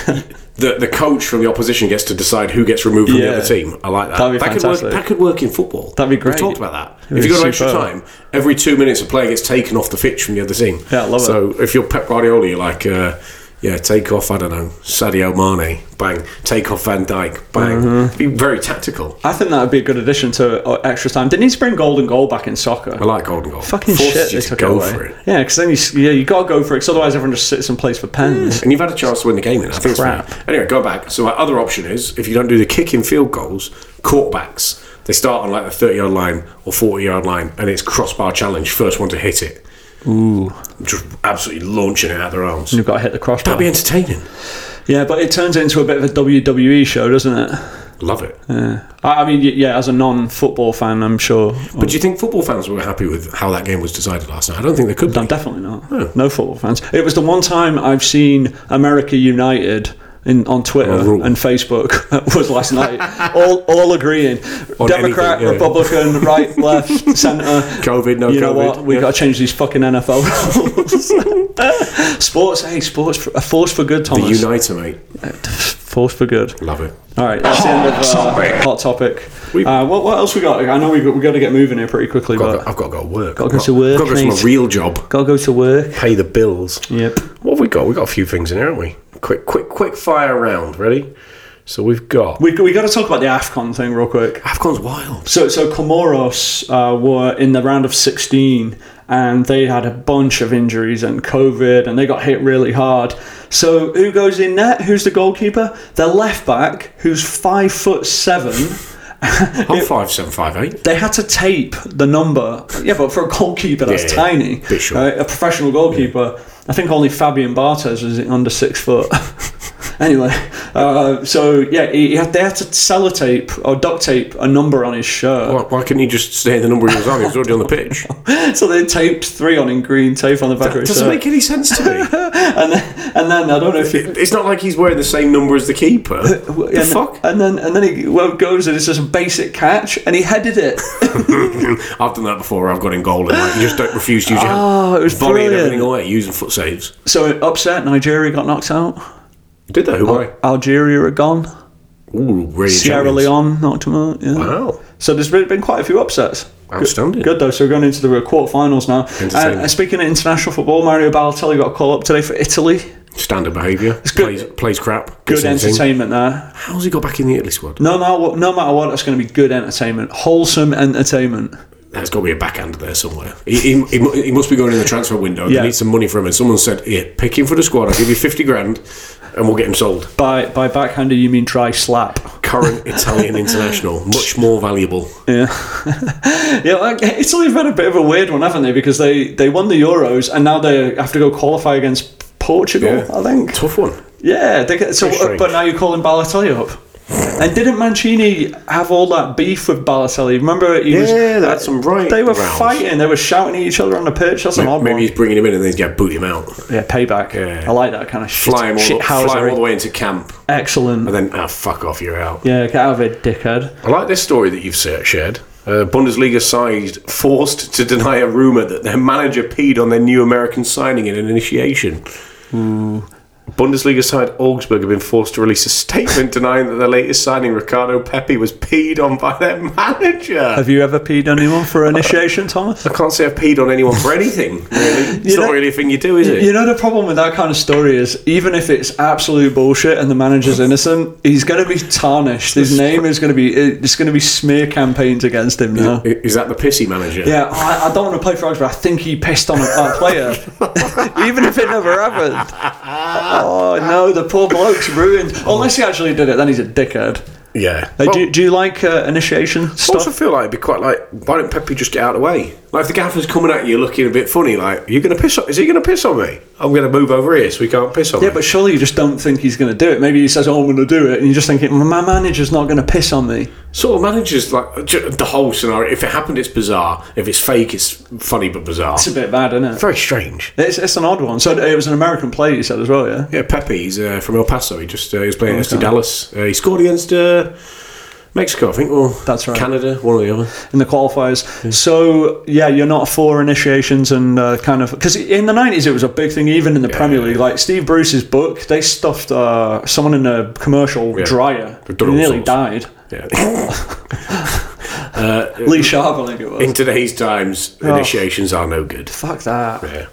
A: the the coach from the opposition gets to decide who gets removed from
C: Yeah.
A: the other team. I like that.
C: That'd be
A: that could
C: fantastic.
A: work. That could work in football.
C: That'd be
A: We
C: great.
A: talked about that.
C: It'd
A: if
C: be
A: you go to extra
C: superb.
A: time, every two minutes a player gets taken off the pitch from the other team.
C: Yeah, I love it.
A: so So if you're Pep Guardiola, you're like. Uh, yeah, take off. I don't know Sadio Mane, bang. Take off Van Dyke, bang.
C: Mm-hmm.
A: Be very tactical.
C: I think that would be a good addition to uh, extra time. They need to bring golden goal back in soccer.
A: I like golden goal.
C: Fucking
A: Forces Oh, you
C: shit, they
A: to
C: took it
A: go
C: away.
A: for it.
C: Yeah, because then you s- yeah you gotta go for it. 'cause otherwise everyone just sits and plays for pens.
A: And you've had a chance to win the game in. I think it's
C: Crap.
A: fine. Anyway, go back. So my other option is if you don't do the kicking field goals, quarterbacks they start on like the thirty yard line or forty yard line, and it's crossbar challenge. First one to hit it,
C: Ooh,
A: just absolutely launching it out their arms.
C: you've got to hit the crossbar.
A: Hmm. That'd be entertaining.
C: yeah, but it turns into a bit of a WWE show, doesn't it?
A: Love it.
C: Yeah. I, I mean, y- yeah, as a non-football fan, I'm sure.
A: But do you think football fans were happy with how that game was decided last night? I don't think they could.
C: I'm
A: Be.
C: definitely not. No football fans. It was the one time I've seen America United in, on Twitter
A: On Oh, rule.
C: and Facebook *laughs* was last
A: *laughs*
C: night. all, all agreeing.
A: On
C: Democrat,
A: anything, yeah. *laughs*
C: Republican, right, left, centre.
A: COVID, no
C: You know
A: COVID,
C: what? We've
A: yeah.
C: got to change these
A: *laughs*
C: fucking NFL rules. sports, hey, sports, for- a force for good,
A: The
C: Thomas.
A: Uniter, mate.
C: force for good.
A: Love it.
C: All right, that's the end of uh, Hot Topic.
A: We've-
C: Uh, what, what else we got? I know we've got, we've got to get moving here pretty quickly,
A: I've
C: but
A: got, I've got to go to work.
C: Gotta go
A: I've
C: to work,
A: Got to go to my
C: mate.
A: real job.
C: gotta go to work.
A: Pay the bills.
C: Yep.
A: What have we got? We've got a few things in here, haven't we? Quick, quick, quick fire round. Ready? So we've got.
C: We, we got to talk about the AFCON thing real quick.
A: Afcon's wild.
C: So, so Comoros uh, were in the round of 16 and they had a bunch of injuries and COVID and they got hit really hard. So, who goes in net? Who's the goalkeeper? Their left back, who's five foot seven.
A: I'm Oh, five seven five eight.
C: They had to tape the number. Yeah, but for a goalkeeper, that's
A: Yeah,
C: tiny.
A: bit short.
C: right? A professional goalkeeper. I think only Fabian Barthez was under six foot. *laughs* anyway, uh, so yeah, he, he had, they had to sellotape or duct tape a number on his shirt.
A: Why, why couldn't he just stay the number he was on? He was already on the
C: *laughs*
A: pitch.
C: so they taped three on in green tape on the back of his
A: Doesn't
C: shirt.
A: make any sense to
C: *laughs*
A: me.
C: and, then, and then I don't know if you.
A: It's not like he's wearing the same number as the
C: *laughs*
A: keeper.
C: and,
A: The fuck?
C: and then and then he well, goes and it's just a basic catch and he
A: *laughs*
C: headed it.
A: I've done that before. I've got in goal and like, you just don't refuse to use your
C: Oh, it was
A: volleying
C: brilliant.
A: everything away using foot saves.
C: so it upset Nigeria got knocked out.
A: Did they? Who were
C: Algeria are gone.
A: they? Ooh, really
C: Oh, Sierra
A: champions.
C: Leone knocked them out. Yeah.
A: Wow.
C: So there's been been quite a few upsets.
A: Outstanding.
C: Good though. So we're going into the quarterfinals now.
A: Entertaining.
C: And, and speaking of international football, Mario Balotelli got a call up today for Italy.
A: Standard behaviour.
C: good.
A: Plays, plays crap.
C: Good
A: Gets in the team.
C: entertainment there.
A: How's he got back in the Italy squad?
C: No matter what, no matter what, that's going to be good entertainment, wholesome entertainment.
A: There's got to be a backhand there somewhere. He, he, he, mu- he must be going in the transfer window.
C: Yeah.
A: They need some money from him. Someone said, "Here, pick him for the squad. I'll give you fifty grand, and we'll get him sold."
C: By by backhander, you mean dry slap. *laughs*
A: current Italian international, much more valuable.
C: Yeah, *laughs* yeah. Like Italy've had a bit of a weird one, haven't they? Because they they won the Euros and now they have to go qualify against Portugal. I think.
A: Oh, Tough one.
C: Yeah, they get, so uh,
A: Pretty strange.
C: but now you're calling Balotelli up. And didn't Mancini have all that beef with Balotelli? Remember, he was, uh,
A: Yeah, they had some right
C: They were
A: rows.
C: fighting. They were shouting at each other on the pitch. That's an odd
A: Maybe
C: one.
A: he's bringing him in and then he's going to boot him out.
C: Yeah, payback.
A: Yeah.
C: I like that kind of shit.
A: Fly him, all the, fly him all the
C: shithousery.
A: way into camp
C: Excellent.
A: and then, ah, fuck off, you're out.
C: Yeah, get out of it, dickhead.
A: I like this story that you've sa- shared. Uh, Bundesliga side forced to deny a rumour that their manager peed on their new American signing in an initiation.
C: Hmm.
A: Bundesliga side Augsburg have been forced to release a statement denying that their latest signing, Ricardo Pepi, was peed on by their manager.
C: Have you ever peed anyone for
A: *laughs*
C: initiation, Thomas?
A: I can't say I've peed on anyone for anything, really. It's
C: You
A: not
C: know-
A: really a thing you do, is it?
C: You know the problem with that kind of story is even if it's absolute bullshit and the manager's innocent, he's going to be tarnished. His name is going to be it's going to be smear campaigns against him now.
A: I- Is that the pissy manager?
C: Yeah, I, I don't want to play for Oxford. I think he pissed on a a player, even if it never happened. Oh no, the poor bloke's ruined. Unless he actually did it, then he's a dickhead.
A: Yeah.
C: Hey,
A: Well,
C: do, do you like uh, initiation
A: I also
C: stuff?
A: feel like it'd be quite like, why don't Pepe just get out of the way? Like, if the gaffer's coming at you looking a bit funny, like, you're going to piss on, is he going to piss on me? I'm going to move over here so he can't piss on
C: Yeah,
A: me.
C: but surely you just don't think he's going to do it. Maybe he says, "Oh, I'm going to do it," and you're just thinking, "My manager's not going to piss on me."
A: Sort of manages, like, ju- the whole scenario. If it happened, it's bizarre. If it's fake, it's funny but bizarre.
C: It's a bit bad, isn't it?
A: very strange.
C: It's, it's an odd one. So it was an American play, you said as well, yeah.
A: Yeah, Pepe, he's uh, from El Paso. He just uh, he was
C: Oh,
A: playing against Dallas. Uh, he scored against uh, Mexico, I think, or
C: That's right.
A: Canada, one or the
C: *laughs*
A: other.
C: In the qualifiers. So yeah, you're not for initiations and uh, kind of because in the '90s it was a big thing, even in the Premier League. Like Steve Bruce's book, they stuffed uh, someone in a commercial
A: Yeah.
C: dryer.
A: They've
C: He
A: done all
C: nearly
A: sorts.
C: died.
A: Yeah.
C: Lee Sharp, I think it was.
A: *laughs* In today's times,
C: Oh.
A: initiations are no good.
C: Fuck that.
A: Yeah.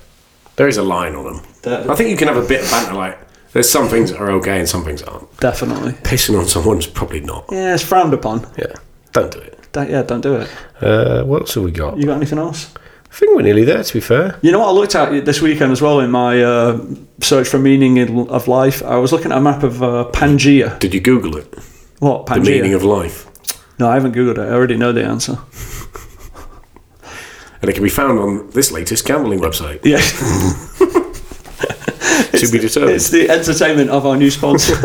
A: There is a line on them.
C: That-
A: I think you can have a bit of banter like there's some things that are okay and some things aren't.
C: Definitely.
A: Pissing on someone's probably not.
C: Yeah, it's frowned upon.
A: Yeah. Don't do it.
C: Don't, yeah, don't do it.
A: Uh, what else have we got?
C: You got anything else?
A: I think we're nearly there, to be fair.
C: You know what I looked at this weekend as well in my uh, search for meaning in, of life. I was looking at a map of uh, Pangea.
A: Did you Google it?
C: What
A: The
C: Pangea?
A: meaning of life.
C: No, I haven't googled it. I already know the answer.
A: And it can be found on this latest gambling website. *laughs*
C: Yeah,
A: to be determined.
C: it's the entertainment of our new
A: *laughs*
C: sponsor.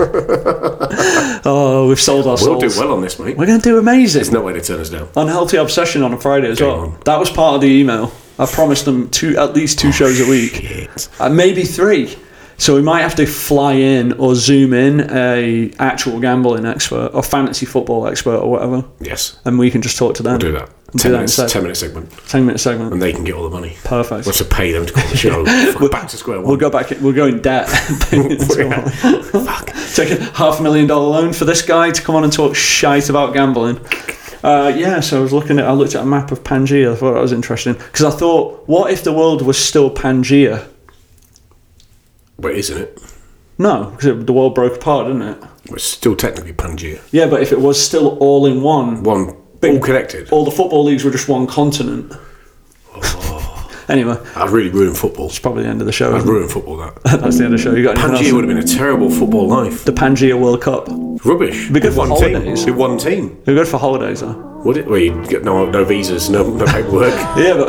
C: oh, we've sold our
A: We'll
C: souls.
A: do well on this, mate.
C: We're going to do
A: There's
C: amazing.
A: no way to turn us down.
C: Unhealthy obsession on a Friday as well.
A: on. Oh,
C: That was part of the email. I promised them two, at least two shows a week,
A: Shit.
C: uh, maybe three. So we might have to fly in or zoom in a actual gambling expert or fantasy football expert or whatever,
A: Yes.
C: and we can just talk to them.
A: Do that.
C: Do
A: Ten
C: that
A: minutes,
C: instead.
A: ten minute segment,
C: Ten minute segment.
A: and they can get all the money.
C: Perfect.
A: We'll have to pay them to call the *laughs* show. Fuck, back to square
C: We'll
A: one.
C: go back. We'll go in
A: *laughs*
C: debt. *laughs* Take a half a million dollar loan for this guy to come on and talk shite about gambling. Uh, yeah, so I was looking at. I looked at a map of Pangea. I thought that was interesting because I thought, what if the world was still Pangea?
A: But isn't it?
C: No, because the world broke apart, didn't it?
A: We're still technically Pangea.
C: Yeah, but if it was still all in one,
A: One,
C: Big-
A: all connected.
C: all the football leagues were just one continent.
A: Oh.
C: *laughs* anyway,
A: I'd really ruin football.
C: it's probably the end of the show.
A: I'd
C: isn't it?
A: ruin football that.
C: *laughs* That's the end of the show. You got anything
A: Pangea
C: else?
A: would have been a terrible football life.
C: the Pangea World Cup. We're
A: Rubbish.
C: Be good
A: With
C: for
A: one team.
C: holidays.
A: With one team.
C: good for holidays, though.
A: Would it? Well, you get no, no visas, no, no paperwork.
C: *laughs* Yeah, but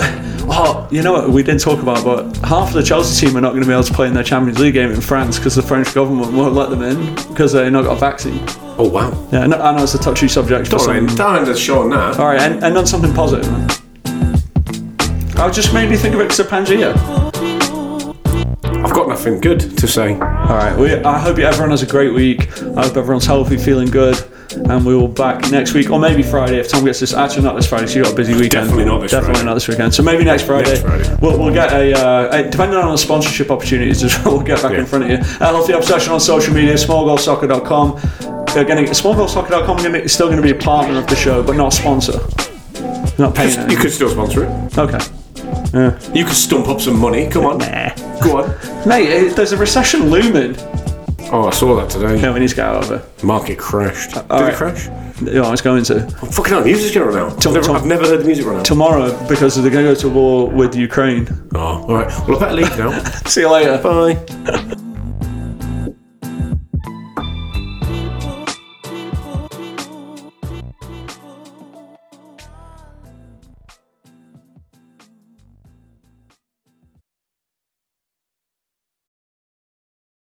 C: oh, you know what we didn't talk about, but half of the Chelsea team are not going to be able to play in their Champions League game in France because the French government won't let them in because they've not got a vaccine.
A: oh, wow.
C: Yeah, no, I know it's um, uh, a touchy subject. For
A: Don't
C: some...
A: end, don't end the show on that.
C: All right, and, and on something positive. man. Oh, it just made me think of it because of Pangea.
A: I've got nothing good to say.
C: All right, we, I hope everyone has a great week. I hope everyone's healthy, feeling good, and we will back next week or maybe Friday if Tom gets this. Actually, not this Friday. So you got a busy weekend.
A: Definitely not this
C: Definitely
A: Friday.
C: not this weekend. So maybe next Friday.
A: Friday.
C: We'll, we'll get a, uh, a- depending on the sponsorship opportunities, as well, *laughs* we'll get back
A: Yeah.
C: in front of you. Uh, Healthy Obsession on social media, smallgoalsoccer.com. They're gonna, smallgoalsoccer.com gonna, is still going to be a partner of the show, but not a sponsor. Not paying
A: You
C: anything.
A: could still sponsor it.
C: Okay.
A: You could stump up some money. Come on. Go on.
C: Mate, eh, there's a recession looming.
A: Oh, I saw that today.
C: No, we need to get out of it.
A: Market crashed. Did
C: right.
A: it crash?
C: You know, it's going to.
A: Oh, fucking hell, the music's going to run out.
C: Tom-
A: I've never,
C: Tom-
A: I've never heard the music run out.
C: Tomorrow, because they're going to go to war with Ukraine. *laughs*
A: oh, all right. Well, I better leave now.
C: See you later.
A: Bye.